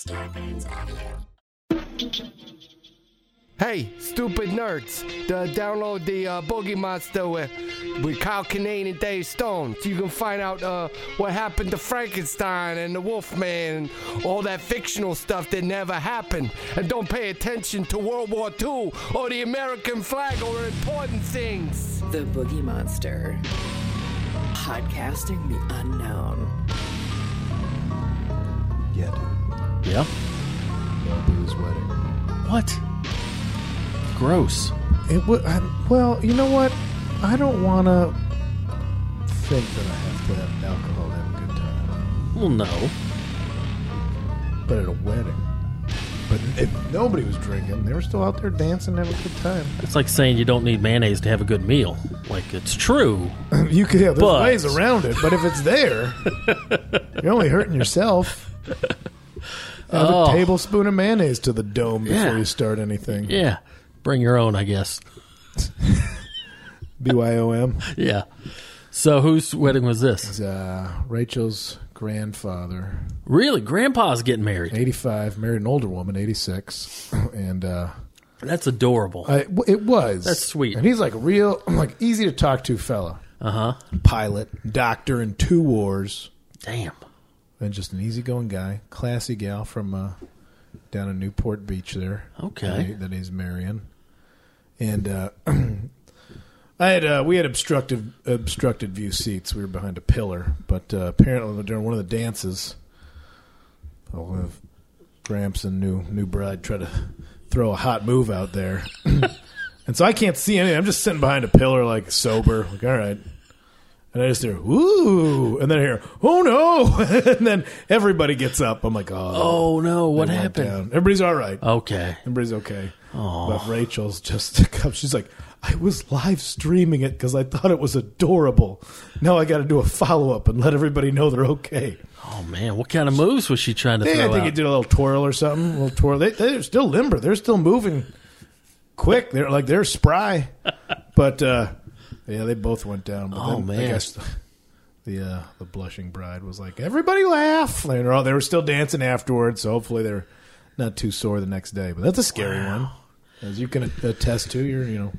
Scarpins Audio. Hey, stupid nerds, the, download the uh, Boogie Monster with, with Kyle Kinane and Dave Stone so you can find out uh, what happened to Frankenstein and the Wolfman and all that fictional stuff that never happened. And don't pay attention to World War II or the American flag or important things. The Boogie Monster. Podcasting the unknown. yet. Yeah. No booze wedding. What? Gross. It w- I, well, you know what? I don't want to think that I have to have alcohol to have a good time. Well, no. But at a wedding. But if nobody was drinking, they were still out there dancing, having a good time. It's like saying you don't need mayonnaise to have a good meal. Like it's true. You could have there's But- ways around it, but if it's there, you're only hurting yourself. Have a Oh. tablespoon of mayonnaise to the dome before Yeah. you start anything. Yeah. Bring your own, I guess. BYOM. Yeah. So whose wedding was this? It's, uh, Rachel's grandfather. Really? Grandpa's getting married. 85, married an older woman, 86, and uh, That's adorable. I, it was That's sweet. And he's like a real, like easy to talk to fella, Uh huh. pilot, doctor in two wars, Damn. and just an easygoing guy, classy gal from uh, down in Newport Beach there. Okay. that, he- that he's marrying, and uh, I had uh, we had obstructive obstructed view seats. We were behind a pillar, but uh, apparently during one of the dances, one of Gramps and new new bride try to throw a hot move out there, and so I can't see anything. I'm just sitting behind a pillar, like sober, like all right. And I just hear "ooh," and then I hear "oh no," and then everybody gets up. I'm like, "Oh, Oh no! What they went happened? Oh. down. Everybody's all right. Okay. Everybody's okay. But Rachel's just she's like, I was live streaming it because I thought it was adorable. Now I got to do a follow up and let everybody know they're okay. Oh man, what kind of moves was she trying to They- I throw think he out? did a little twirl or something. A little twirl. They, they're still limber. They're still moving quick. They're like they're spry. but uh, yeah, they both went down. But Oh, then, I man. guess the uh, the blushing bride was like, "Everybody laugh!" They were, all, they were still dancing afterwards, so hopefully they're not too sore the next day. But that's a scary one, as you can attest to. You're you know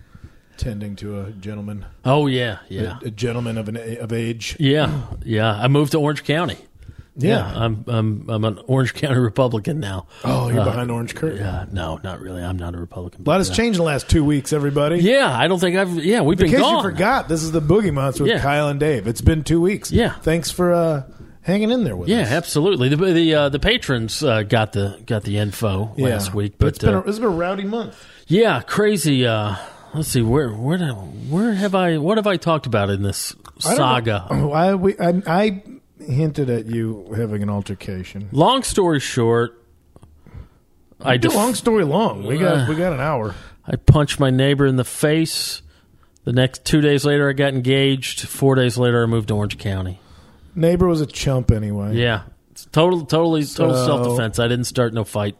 tending to a gentleman, Oh yeah, yeah, a, a gentleman of an a- of age. yeah, yeah. I moved to Orange County. I'm I'm I'm an Orange County Republican now. Oh, you're Uh, behind Orange Curtain. Yeah, no, not really. I'm not a Republican. A lot has Yeah. changed in the last two weeks, everybody. Yeah, I don't think I've. Yeah, we've In been case gone. you forgot, this is the Boogie Monster with Yeah. Kyle and Dave. It's been two weeks. Yeah. Thanks for uh, hanging in there with Yeah, us. absolutely. The the uh, the patrons uh, got the got the info last week, but it's been, a, uh, it's been a rowdy month. yeah, crazy. Uh, let's see where where did, where have I what have I talked about in this I don't know- saga? Oh, I, we, I, I hinted at you having an altercation. Long story short, I def- long story long. We got Uh. we got an hour. I punched my neighbor in the face. The next two days later, I got engaged. Four days later, I moved to Orange County. Neighbor was a chump anyway. Yeah. It's total, totally, total So- self defense. I didn't start no fight.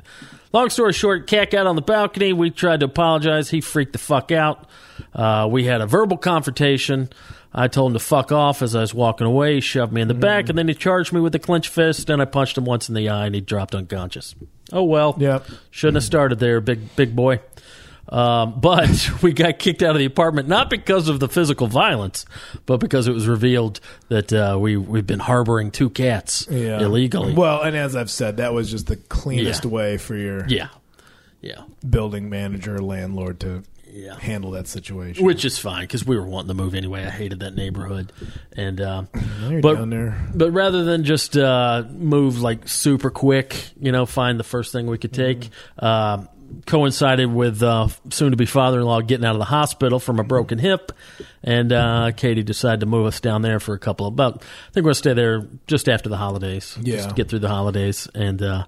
Long story short, cat got on the balcony. We tried to apologize. He freaked the fuck out. Uh, we had a verbal confrontation. I told him to fuck off as I was walking away. He shoved me in the Mm-hmm. back, and then he charged me with a clenched fist. And I punched him once in the eye, and he dropped unconscious. Oh well, Yep. Mm-hmm. shouldn't have started there, big big boy. Um, but we got kicked out of the apartment not because of the physical violence, but because it was revealed that uh, we we've been harboring two cats Yeah. illegally. Well, and as I've said, that was just the cleanest Yeah. way for your yeah, yeah, building manager, landlord to Yeah. handle that situation. which is fine because we were wanting to move anyway. I hated that neighborhood, and uh, Now you're but down there. but rather than just uh, move like super quick, you know, find the first thing we could take. Mm-hmm. Uh, coincided with uh, soon to be father in law getting out of the hospital from a broken hip, and uh, Katie decided to move us down there for a couple of about. I think we're gonna stay there just after the holidays, Yeah. just to get through the holidays and. Uh,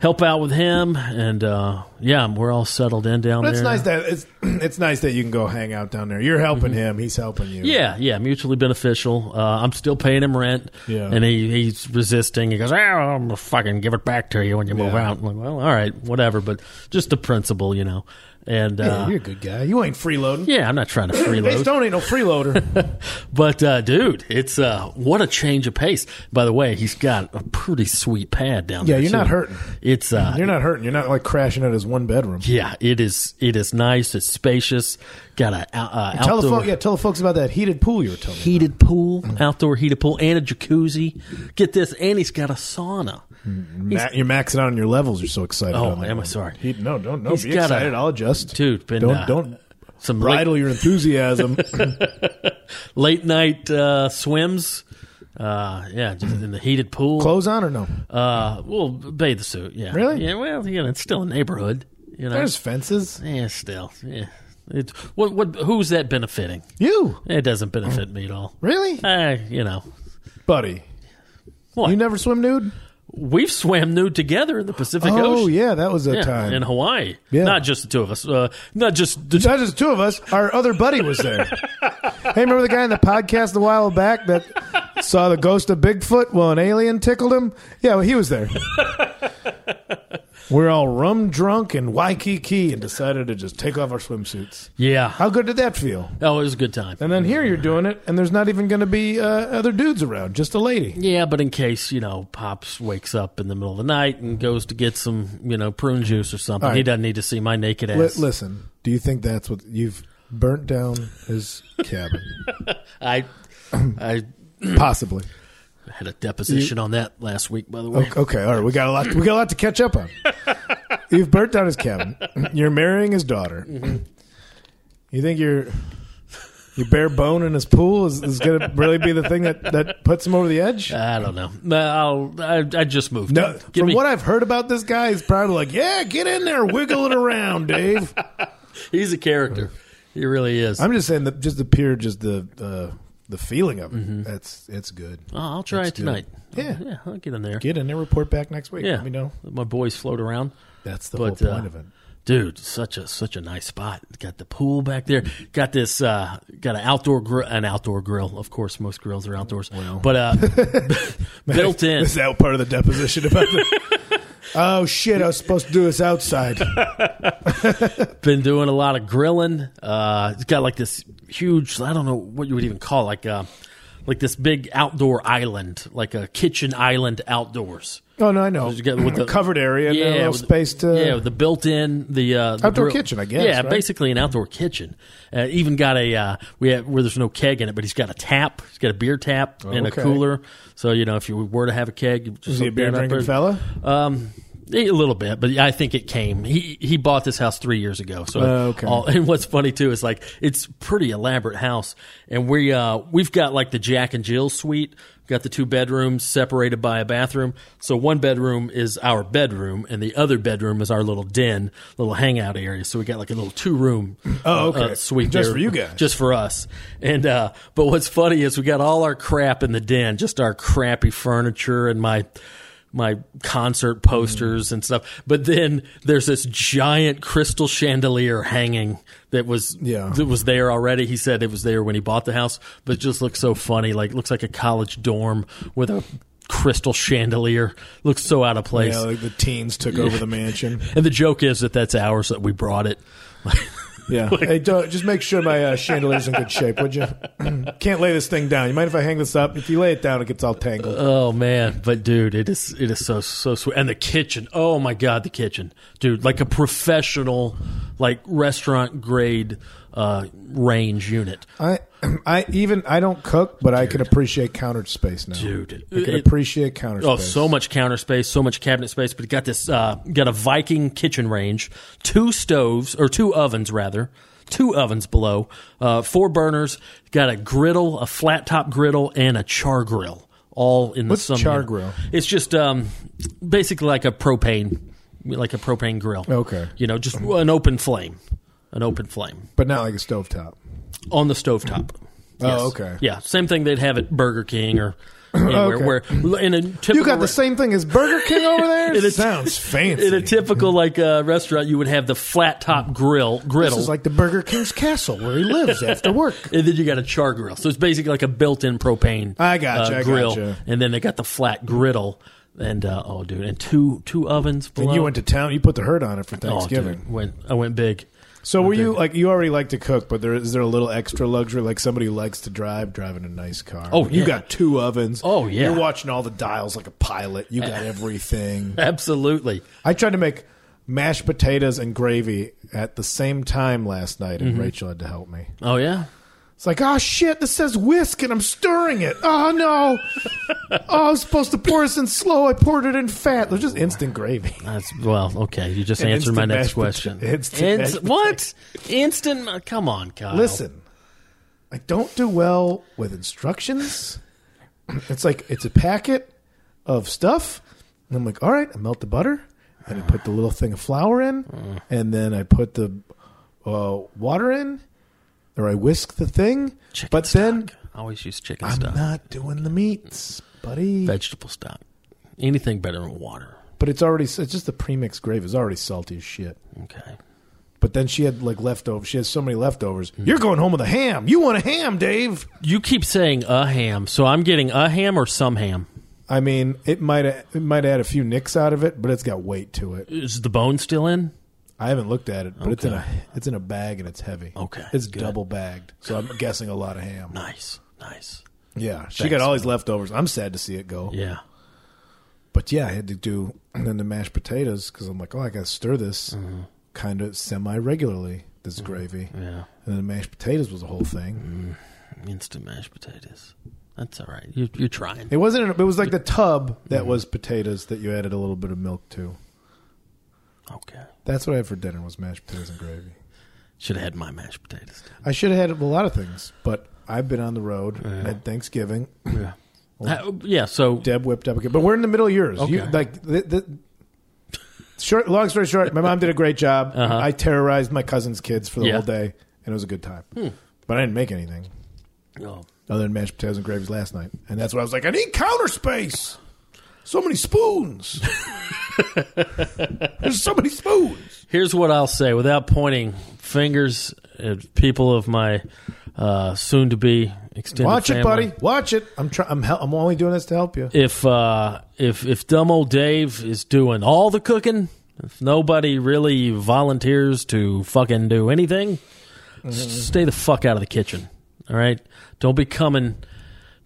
Help out with him, and uh, yeah, we're all settled in down But it's there. nice that it's it's nice that you can go hang out down there. You're helping him. He's helping you. Mm-hmm. Yeah, yeah, mutually beneficial. Uh, I'm still paying him rent, Yeah. and he, he's resisting. He goes, oh, "I'm gonna fucking give it back to you when you move Yeah. out." I'm like, well, all right, whatever. But just the principle, you know. And Yeah, uh, you're a good guy. You ain't freeloading. yeah, I'm not trying to Dave freeload. Stone ain't no freeloader. But uh, dude, it's uh, what a change of pace. By the way, he's got a pretty sweet pad down Yeah, there. you're too. not hurting. It's uh, You're not hurting. You're not like crashing at his one bedroom. yeah, it is. It is nice. It's spacious. Got a uh, uh, Tell the outdoor folks, yeah, tell the folks about that heated pool you were telling me. heated pool, outdoor heated pool, and a jacuzzi. Get this, and he's got a sauna. Ma- you're maxing out on your levels. You're so excited. Oh, on that am I one. sorry. He, no, don't no, He's be got a- excited. I'll adjust, Dude, been, don't uh, don't Some late, bridle your enthusiasm. late night uh, swims. Uh, yeah, just in the heated pool. Clothes on or no? Uh, well, bathe suit. Yeah, Really? Yeah. Well, you know, it's still a neighborhood. You know, There's fences. Yeah, still. Yeah. It, what, what, who's that benefiting? You It doesn't benefit me at all. really, Eh, you know, buddy? What? You never swim nude? we've swam nude together in the Pacific oh Ocean. yeah, that was a Yeah, time. in Hawaii. Yeah. Not just the two of us. Uh, not just the two. Not just the two of us. Our other buddy was there. hey, remember the guy in the podcast a while back that saw the ghost of Bigfoot while an alien tickled him? Yeah, well, he was there. We're all rum drunk in Waikiki and decided to just take off our swimsuits. Yeah. How good did that feel? Oh, it was a good time. And then here you're doing it, and there's not even going to be uh, other dudes around, just a lady. Yeah, but in case, you know, Pops wakes up in the middle of the night and goes to get some, you know, prune juice or something, All right. he doesn't need to see my naked Li- ass. listen, do you think that's what you've burnt down his cabin? I I Possibly. had a deposition on that last week, by the way. Okay, all right. We got a lot. We got a lot to catch up on. You've burnt down his cabin. You're marrying his daughter. Mm-hmm. You think your your bare bone in his pool is, is going to really be the thing that, that puts him over the edge? I don't know. No, I'll, I, I just moved. No. Uh, Give From me- what I've heard about this guy, he's probably like, "Yeah, get in there, wiggle it around, Dave." He's a character. He really is. I'm just saying that just the pure, just the uh, the feeling of it. That's it's good. Mm-hmm. Oh, I'll try it Let's do tonight. it. Yeah. yeah, I'll get in there. Get in there, report back next week. yeah, Let me know. my boys float around. That's the But, whole uh, point of it. Dude, such a such a nice spot. Got the pool back there. Got this. Uh, got an outdoor grill. An outdoor grill. Of course, most grills are outdoors. But uh, built in. Is that part of the deposition about the? oh shit! I was supposed to do this outside. Been doing a lot of grilling. Uh, it's got like this huge. I don't know what you would even call it, like uh, like this big outdoor island, like a kitchen island outdoors. Oh no, I know. You get with the- a covered area, and a little with- space to. yeah, with the built-in the, uh, the Outdoor grill. kitchen, I guess, Yeah, right? basically an outdoor kitchen. Uh, even got a uh, we have, where there's no keg in it, but he's got a tap. He's got a beer tap and Okay. a cooler. So you know, if you were to have a keg, you just is he a hook beer that up drinking there. fella? Um, a little bit, but I think it came. He he bought this house three years ago. So Oh, okay. all- and what's funny too is like it's pretty elaborate house, and we uh we've got like the Jack and Jill suite. Got the two bedrooms separated by a bathroom. So one bedroom is our bedroom, and the other bedroom is our little den, little hangout area. So we got like a little two room Oh, okay. suite Just there, for you guys. just for us. And uh, but what's funny is we got all our crap in the den, just our crappy furniture and my my concert posters and stuff. But then there's this giant crystal chandelier hanging that was Yeah. that was there already. He said it was there when he bought the house, but it just looks so funny. Like looks like a college dorm with a crystal chandelier. Looks so out of place. Yeah, like the teens took over the mansion. and the joke is that that's ours that we brought it. Yeah. hey, don't, just make sure my uh, chandelier's in good shape, would you? Can't lay this thing down. You mind if I hang this up? If you lay it down, it gets all tangled. Oh man, but dude, it is it is so so sweet. And the kitchen, oh my god, the kitchen, dude, like a professional, like restaurant grade uh, range unit, I, I even I don't cook, but I can appreciate counter space now. dude. I can It- appreciate counter Oh, space. so much counter space, so much cabinet space, but it got this uh, got a Viking kitchen range, two stoves or two ovens rather, two ovens below, uh, four burners, got a griddle, a flat top griddle, and a char grill, all in the What's same char unit. grill? It's just um, basically like a propane, like a propane grill. Okay. you know, just an open flame, an open flame but not like a stovetop. on the stovetop. Oh, Yes. okay. Yeah, same thing they'd have at Burger King or anywhere. Okay. Where in a typical You got re- the same thing as Burger King over there. It It is- sounds fancy. in a typical like uh, restaurant, you would have the flat top grill griddle, This is like the Burger King's castle where he lives after work. and then you got a char grill. So it's basically like a built-in propane uh, I gotcha, I grill, gotcha. and then they got the flat griddle, and uh, oh dude, and two two ovens. Below. And you went to town. You put the hurt on it for oh, dude, Thanksgiving. went I went big. So were you like you already like to cook, but there is there a little extra luxury like somebody who likes to drive driving a nice car? Oh, you yeah. got two ovens. Oh, yeah. you're watching all the dials like a pilot. You got everything. Absolutely. I tried to make mashed potatoes and gravy at the same time last night, and Rachel had to help me. Oh yeah. It's like, oh shit, this says whisk, and I'm stirring it. Oh no, oh I was supposed to pour this in slow. I poured it in fat. It was just instant gravy. That's well, okay. You just And answered my instant next mashed question. pota- instant Inst- mashed potato. what? Instant? ma- Come on, Kyle. Listen, I don't do well with instructions. It's like it's a packet of stuff, and I'm like, all right, I melt the butter, and I put the little thing of flour Uh. in, and then I put the uh, water in, or I whisk the thing. Chicken but stock. then I always use chicken I'm stock, not doing the meats, buddy. vegetable stock, anything better than water. But it's already it's just the premixed gravy is already salty as shit. Okay. But then she had like leftovers. She has so many leftovers. Hmm. You're going home with a ham. You want a ham, Dave? You keep saying a ham, so I'm getting a ham or some ham. I mean, it might it might add a few nicks out of it, but it's got weight to it. Is the bone still in? I haven't looked at it, but it's in Okay. a it's in a bag and it's heavy. Okay, it's good. double bagged, so I'm guessing a lot of ham. Nice, nice. Yeah, she Thanks, got all these leftovers. I'm sad to see it go. Yeah. But yeah, I had to do and then the mashed potatoes because I'm like, oh, I got to stir this Mm-hmm. kind of semi regularly. This gravy, Yeah. and then the mashed potatoes was the whole thing. Instant mashed potatoes. That's all right. You, you're trying. It wasn't. It was like the tub that Mm-hmm. was potatoes that you added a little bit of milk to. Okay. That's what I had for dinner was mashed potatoes and gravy. Should have had my mashed potatoes. I should have had a lot of things, but I've been on the road at Thanksgiving. Yeah. Uh, yeah. So Deb whipped up again, but we're in the middle of yours. You, Okay. like the, the short. Long story short, my mom did a great job. I terrorized my cousin's kids for the Uh-huh. Yeah. Hmm. whole day, and it was a good time. But I didn't make anything oh, other than mashed potatoes and gravies last night, and that's why I was like, I need counter space. So many spoons. There's so many spoons. here's what I'll say without pointing fingers at people of my uh, soon-to-be extended Watch it, family. buddy. Watch it. I'm trying. I'm. Hel- I'm only doing this to help you. if uh, if if dumb old Dave is doing all the cooking, if nobody really volunteers to fucking do anything, Mm-hmm. s- stay the fuck out of the kitchen. All right, don't be coming.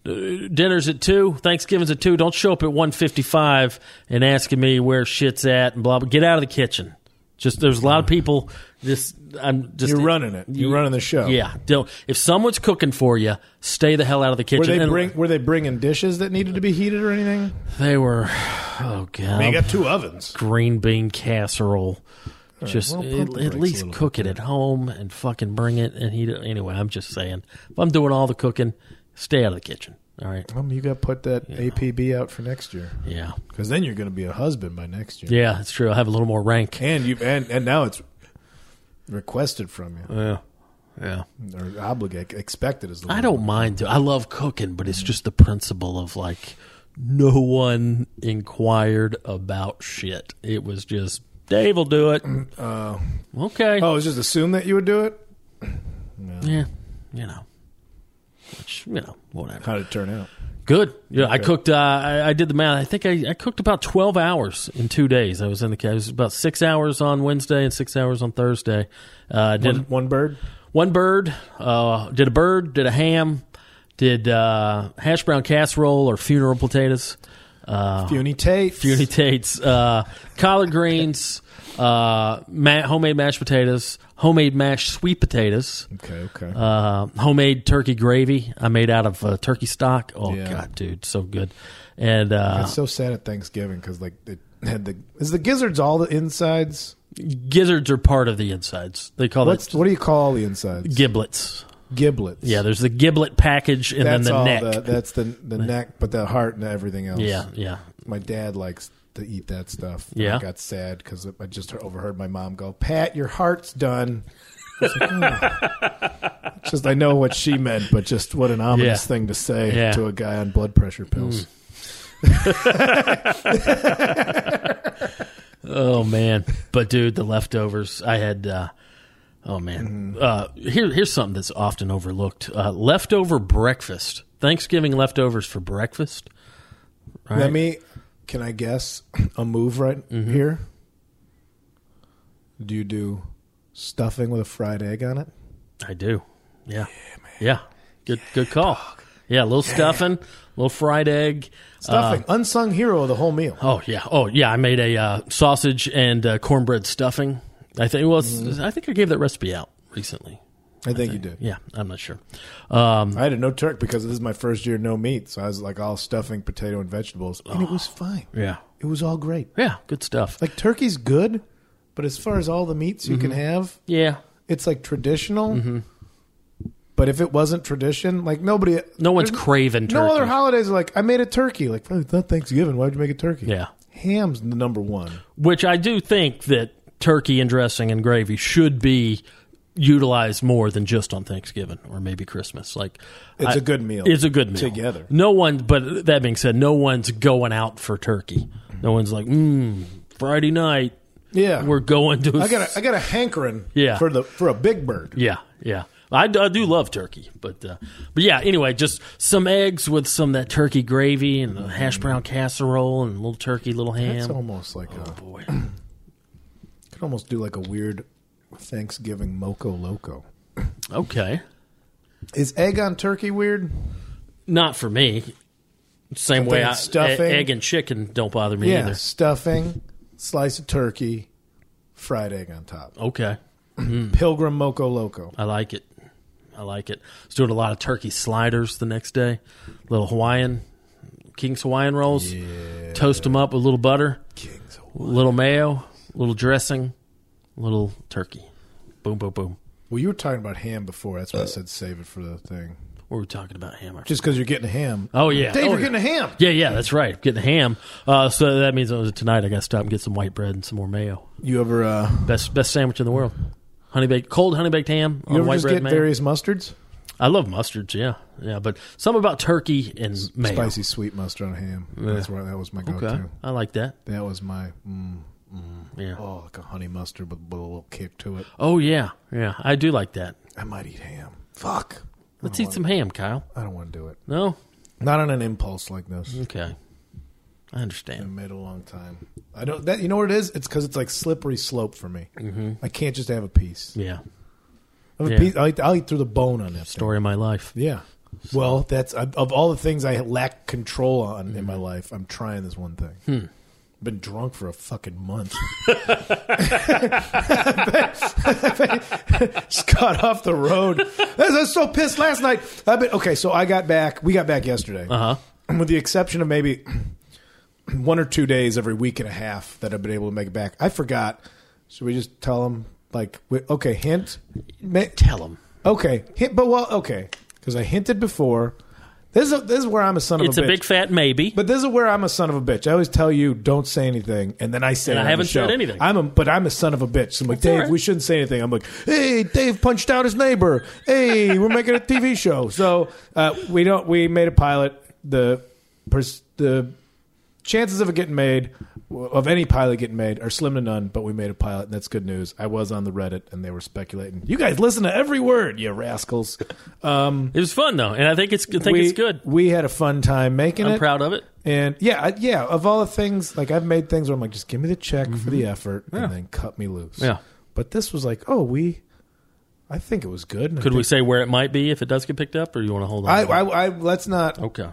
uh, Dinner's at two. Thanksgiving's at two. Don't show up at one fifty-five and asking me where shit's at and blah blah. Get out of the kitchen. Just there's a lot of people. This I'm just Mm-hmm. You're running it. Oh. You're running the show. Yeah. Don't, if someone's cooking for you, stay the hell out of the kitchen. Were they and- bring were they bringing dishes that needed to be heated or anything? They were, oh god, They got two ovens. green bean casserole. Just well, at, pump the at brakes a least little cook it at home and fucking bring it. And he anyway, I'm just saying, if I'm doing all the cooking, stay out of the kitchen. All right, Um, you got to put that APB out for next year yeah, because then you're going to be a husband by next year. yeah, that's true. I have a little more rank. And you and and now it's requested from you Yeah, yeah. or obligated, expected as the Uh, I don't mind. I love cooking, but it's just the principle of like no one inquired about shit. It was just Dave will do it. okay. Uh, Oh, it's just assume that you would do it. Yeah, you know, which you know, whatever. How'd it turn out? Good. Yeah, I cooked. Uh, I, I did the math. I think I, I cooked about twelve hours in two days. I was in the. ca- It was about six hours on Wednesday and six hours on Thursday. Uh, did One, one bird. one bird. Uh, did a bird. Did a ham. Did uh, hash brown casserole or funeral potatoes. Uh, Puny Tate. Funy Tate's uh, collard greens, uh, ma- homemade mashed potatoes, homemade mashed sweet potatoes Okay, okay. uh, homemade turkey gravy I made out of uh, turkey stock. Oh Yeah. god, dude, so good. And uh, it's so sad at Thanksgiving because like it had the is the gizzards all the insides. gizzards are part of the insides. They call it What's what do you call the insides? giblets. Giblets. Yeah, there's the giblet package and that's then the all. neck. The, that's the the neck, but the heart and everything else. yeah, yeah. my dad likes to eat that stuff. And Yeah. I got sad because I just overheard my mom go, "Pat, your heart's done." I was like, "Oh." just I know what she meant, but just what an ominous Yeah. thing to say Yeah. Mm, to a guy on blood pressure pills. Oh man, but dude, the leftovers I had. Uh, oh Mm-hmm. man, uh, here here's something that's often overlooked: uh, leftover breakfast, Thanksgiving leftovers for breakfast. Let Right. Mm-hmm. me, can I guess a move right here? Do you do stuffing with a fried egg on it. I do. Yeah. Yeah. Good. good call. Yeah. A little stuffing, a little fried egg. Uh, Stuffing, unsung hero of the whole meal. Oh yeah. Oh yeah. I made a uh, sausage and uh, cornbread stuffing. I think. Well, it's- I think I gave that recipe out recently. I think you did. Yeah, I'm not sure. I had a no turk because this is my first year no meat, so I was like all stuffing, potato, and vegetables, and it was fine. Yeah. It was all great. Yeah. Good stuff. Like turkey's good, but as far as all the meats you can Mm-hmm. have, Yeah. it's like traditional. Mm-hmm. But if it wasn't tradition, like nobody, No one's there's- craving turkey. No other holidays are like I made a turkey. Like "Oh, it's not Thanksgiving. Why'd you make a turkey? Yeah. ham's the number one. Which I do think that turkey and dressing and gravy should be utilized more than just on Thanksgiving or maybe Christmas. Like It's a a good meal It's a good meal together. No one, but that being said, no one's going out for turkey. No one's like, mm, Friday night Yeah, we're going to. I got a, I got a hankering. Yeah. for the for a big bird. Yeah, yeah. I, d- I do love turkey, but uh, but yeah. Anyway, just some eggs with some of that turkey gravy and a hash brown casserole and a little turkey, little ham. It's almost like a Boy. could almost do like a weird Thanksgiving moco loco. Okay. Is egg on turkey weird? Not for me. Same way, thinking I, stuffing. e- egg and chicken don't bother me Yeah, stuffing, slice of turkey, fried egg on top. either. Okay, Mm. Pilgrim moco loco. I like it. I like it. I was doing a lot of turkey sliders the next day, little Hawaiian, King's Hawaiian rolls. Toast them up with a little butter, Kings. a little mayo, a little dressing, a little turkey. Boom, boom, boom. Well, you were talking about ham before. That's why Uh, I said save it for the thing. What were we talking about? Hammer. Just because you're getting a ham. Oh yeah, Dave, Oh, you're yeah. getting a ham. Yeah, yeah, that's right. Getting a ham. Uh, so that means uh, tonight I got to stop and get some white bread and some more mayo. You ever uh, Best best sandwich in the world. Honey baked cold honey baked ham you on ever white just bread get mayo. various mustards? I love mustards. Yeah, yeah, but some about turkey and mayo. Spicy sweet mustard on ham. That's where that was my go-to. Okay, I like that. That was my mm, Yeah. Oh. oh, like a honey mustard with, with a little kick to it. yeah, yeah, I do like that. I might eat ham. Fuck. Let's eat some ham, Kyle. I don't want to do it. No. Not on an impulse like this. Okay. I I understand. made a long time. I don't. That you know what it is? It's because it's like slippery slope for me. Mm-hmm. I can't just have a piece. Yeah. I have Yeah. a piece. I'll eat, I'll eat through the bone on that. Story of my life. Thing. Yeah. Well, that's I, of all the things I lack control on in Mm-hmm. my life. I'm trying this one thing. Hmm. Been drunk for a fucking month. just got off the road. I was so pissed last night. I've been okay. So I got back. We got back yesterday. Uh huh. with the exception of maybe one or two days every week and a half that I've been able to make it back. I forgot. Should we just tell them? Like, wi- okay, hint. Ma- Tell him. Okay, hint. But well, okay, because I hinted before. This is this is where I'm a son of It's a a bitch. big fat maybe. but this is where I'm a son of a bitch. I always tell you don't say anything, and then I say. And it I on the haven't said show. anything. I'm a, but I'm a son of a bitch. So I'm like, That's all Dave, right. we shouldn't say anything. I'm like, hey, Dave punched out his neighbor. Hey, we're making a TV show. So uh, we don't. We made a pilot. The pers- the chances of it getting made of any pilot getting made are slim to none but we made a pilot and that's good news i was on the reddit and they were speculating you guys listen to every word you rascals It was fun though, and I think it's I think we, it's good. we had a fun time making I'm it proud of it. And yeah, I- yeah, of all the things, like I've made things where I'm like, just give me the check for the effort Mm-hmm. Yeah. and then cut me loose. Yeah. But this was like, oh, we, I think it was good. And I Could we think- say where it might be if it does get picked up, or you want to hold on? I, to that? I, I, let's not okay,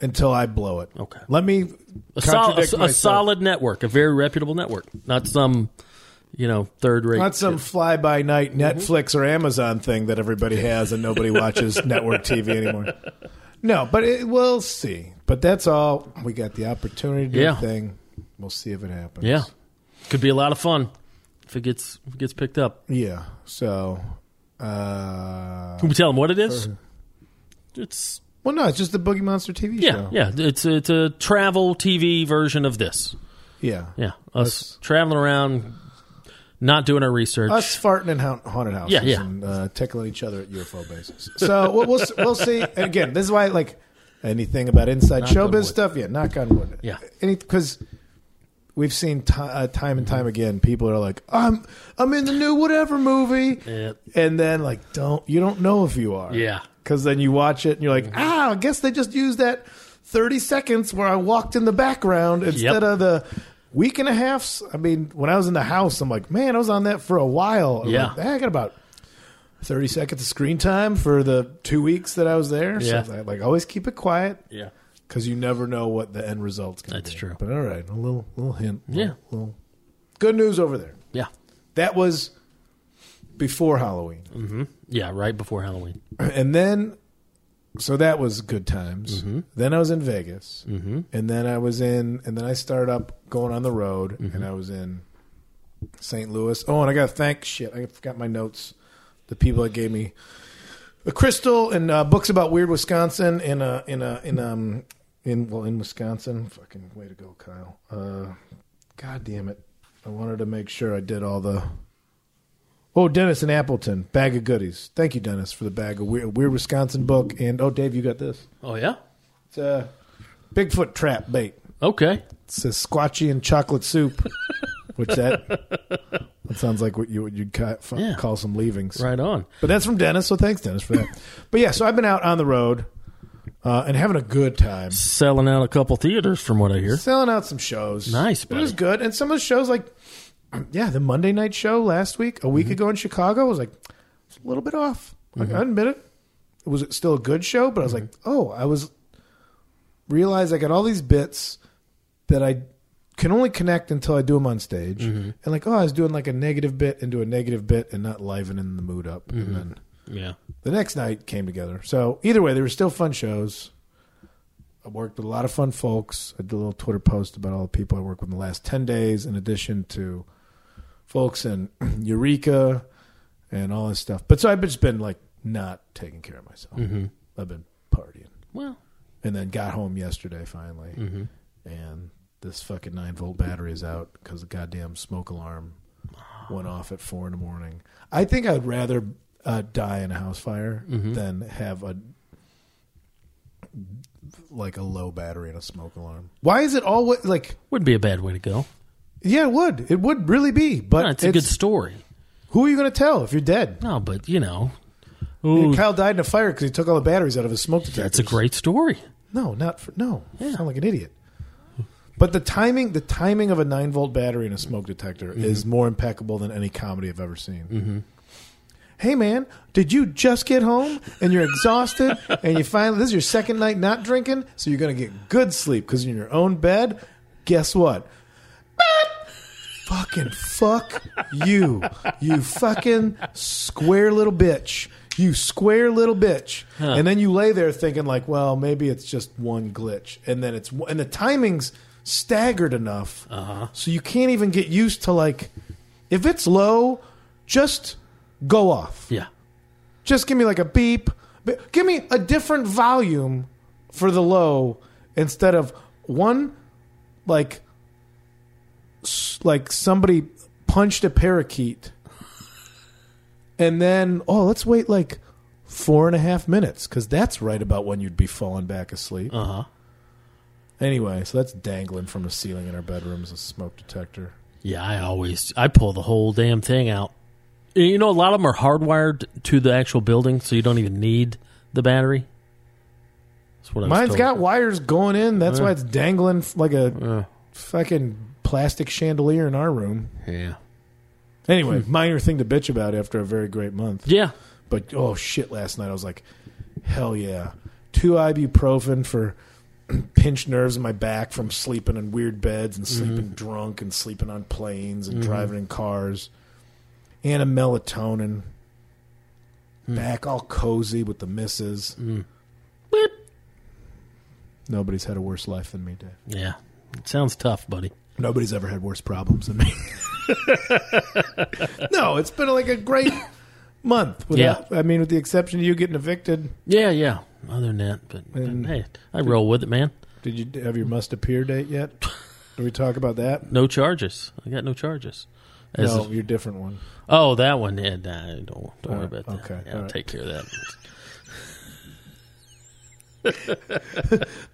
until I blow it. Okay. Let me a, sol- contradict a, a myself. solid network, a very reputable network, not some you know third rate. Not some fly by night Mm-hmm. Netflix or Amazon thing that everybody has and nobody watches network TV anymore. No, but it, we'll see. But that's all. We got the opportunity to do Yeah. a thing. We'll see if it happens. Yeah, could be a lot of fun if it gets if it gets picked up. Yeah. So, uh, Can we tell them what it is? It's Well, no, it's just the Boogie Monster TV yeah show. yeah. It's it's a travel TV version of this. yeah, Yeah, us traveling around, not doing our research. Us farting in haunt- haunted houses Yeah, yeah. and uh, tickling each other at UFO bases. So we'll, we'll we'll see. And again, this is why like anything about inside Knock on wood. showbiz stuff. Yeah, knock on wood. Yeah. because we've seen ti uh, time and time again, people are like, I'm I'm in the new whatever movie, Yeah. and then like don't you don't know if you are. Yeah. Mm-hmm. because then you watch it and you're like, ah, I guess they just used that. 30 seconds where I walked in the background instead of the week and a half. I mean, when I was in the house, I'm like, man, I was on that for a while. I'm Yeah. like, "Eh, I got about thirty seconds of screen time for the two weeks that I was there. Yeah. So I, like always keep it quiet Yeah. because you never know what the end result's going to be. That's true. But all right, a little little hint. Yeah. little good news over there. Yeah. That was before Halloween. Yeah, right before Halloween. and then so that was good times. Then I was in Vegas, mm-hmm. and then I was in, and then I started up going on the road, and I was in St. Louis. Oh, and I got to thank shit. I forgot my notes. The people that gave me a crystal and uh, books about weird Wisconsin in uh, in uh, in um in well in Wisconsin. Fucking way to go, Kyle. Uh, God damn it! I wanted to make sure I did all the Oh, Dennis in Appleton, bag of goodies. Thank you, Dennis, for the bag of weird, weird Wisconsin book. And oh, Dave, you got this. Oh yeah. It's a Bigfoot trap bait. Okay. It says squatchy and chocolate soup, which that that sounds like what you what you'd ca- fu- Yeah. call some leavings, Right on. But that's from Dennis, so thanks, Dennis, for that. but yeah, so I've been out on the road uh, and having a good time, Selling out a couple theaters from what I hear. selling out some shows. Nice, it was buddy. good. And some of the shows, like yeah, the Monday night show last week, a week Mm-hmm. ago in Chicago, was like it's a little bit off. Like, I admit it. It was still a good show, but I was like, Mm-hmm. oh, I was realized I got all these bits that I can only connect until I do them on stage. Mm-hmm. And like, oh, I was doing like a negative bit into a negative bit and not livening the mood up. Mm-hmm. And then Yeah. the next night came together. So either way, they were still fun shows. I worked with a lot of fun folks. I did a little Twitter post about all the people I worked with in the last ten days, in addition to folks in Eureka and all this stuff. But so I've just been like not taking care of myself. I've been partying, Well, and then got home yesterday finally, Mm-hmm. and this fucking nine volt battery is out because the goddamn smoke alarm went Ah. off at four in the morning. I think I'd rather uh, die in a house fire Mm-hmm. than have a like a low battery and a smoke alarm. Why is it always like? wouldn't be a bad way to go. Yeah, it would. It would really be. But No, it's a good story. who are you going to tell if you're dead? No, but you know, ooh, Kyle died in a fire because he took all the batteries out of his smoke detector. that's a great story. No, not for no. Yeah. Sound like an idiot. But the timing, the timing of a nine volt battery and a smoke detector is more impeccable than any comedy I've ever seen. Hey man, did you just get home and you're exhausted and you finally this is your second night not drinking, so you're gonna get good sleep because you're in your own bed. Guess what? fucking fuck you. You fucking square little bitch. You square little bitch. And then you lay there thinking like, well, maybe it's just one glitch. And then it's and the timing's staggered enough so you can't even get used to like if it's low, just go off Yeah. just give me like a beep. B- Give me a different volume for the low instead of one like s- like somebody punched a parakeet and then oh let's wait like four and a half minutes because that's right about when you'd be falling back asleep Uh huh. anyway so that's dangling from the ceiling in our bedrooms a smoke detector Yeah, I always I pull the whole damn thing out. You know, a lot of them are hardwired to the actual building, so you don't even need the battery. That's what I was mine's told. got wires going in that's why it's dangling f- like a fucking plastic chandelier in our room Yeah. Anyway, minor thing to bitch about after a very great month. Yeah. But oh shit, last night I was like, hell yeah. Two ibuprofen for pinched nerves in my back from sleeping in weird beds and sleeping drunk and sleeping on planes and driving in cars. And a melatonin. Back all cozy with the missus. Beep. Nobody's had a worse life than me, Dave. Yeah. It sounds tough, buddy. Nobody's ever had worse problems than me. no, it's been like a great month. Without, I mean, with the exception of you getting evicted. Yeah, yeah. Other than that, but, but hey, I roll with it, man. Did you have your must appear date yet? Did we talk about that? No charges. I got no charges. As no, of- your different one. oh, that one. Yeah, nah, don't don't worry about that. okay, Yeah, I'll all right. take care of that.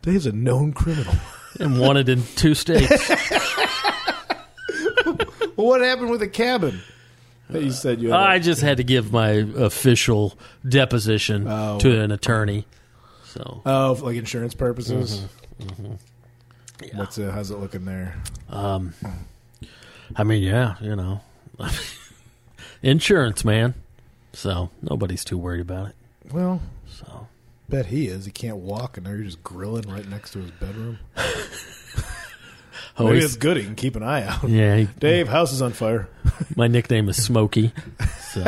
Dave's a known criminal. and wanted in two states. well, what happened with the cabin that you said you had? I just had to give my official deposition Oh. to an attorney. So Mm-hmm. oh, for like insurance purpses. What's uh, how's it looking there? I mean, yeah, you know, insurance, man. So nobody's too worried about it. Well, So bet he is. He can't walk, and there you're just grilling right next to his bedroom. oh, Maybe he's- it's good. He can keep an eye out. yeah, he- Dave, house is on fire. my nickname is Smokey. So.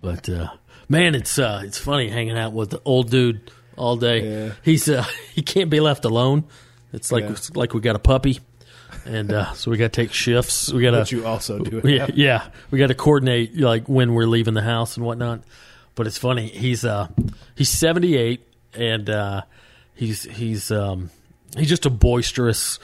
But uh, man, it's uh, it's funny hanging out with the old dude all day. Yeah. He's uh, he can't be left alone. It's like Yeah. it's like we got a puppy, and uh, so we got to take shifts. We got But to you also do it. yeah, yeah. We got to coordinate like when we're leaving the house and whatnot. But it's funny. He's uh he's 78 and uh he's he's um he's just a boisterous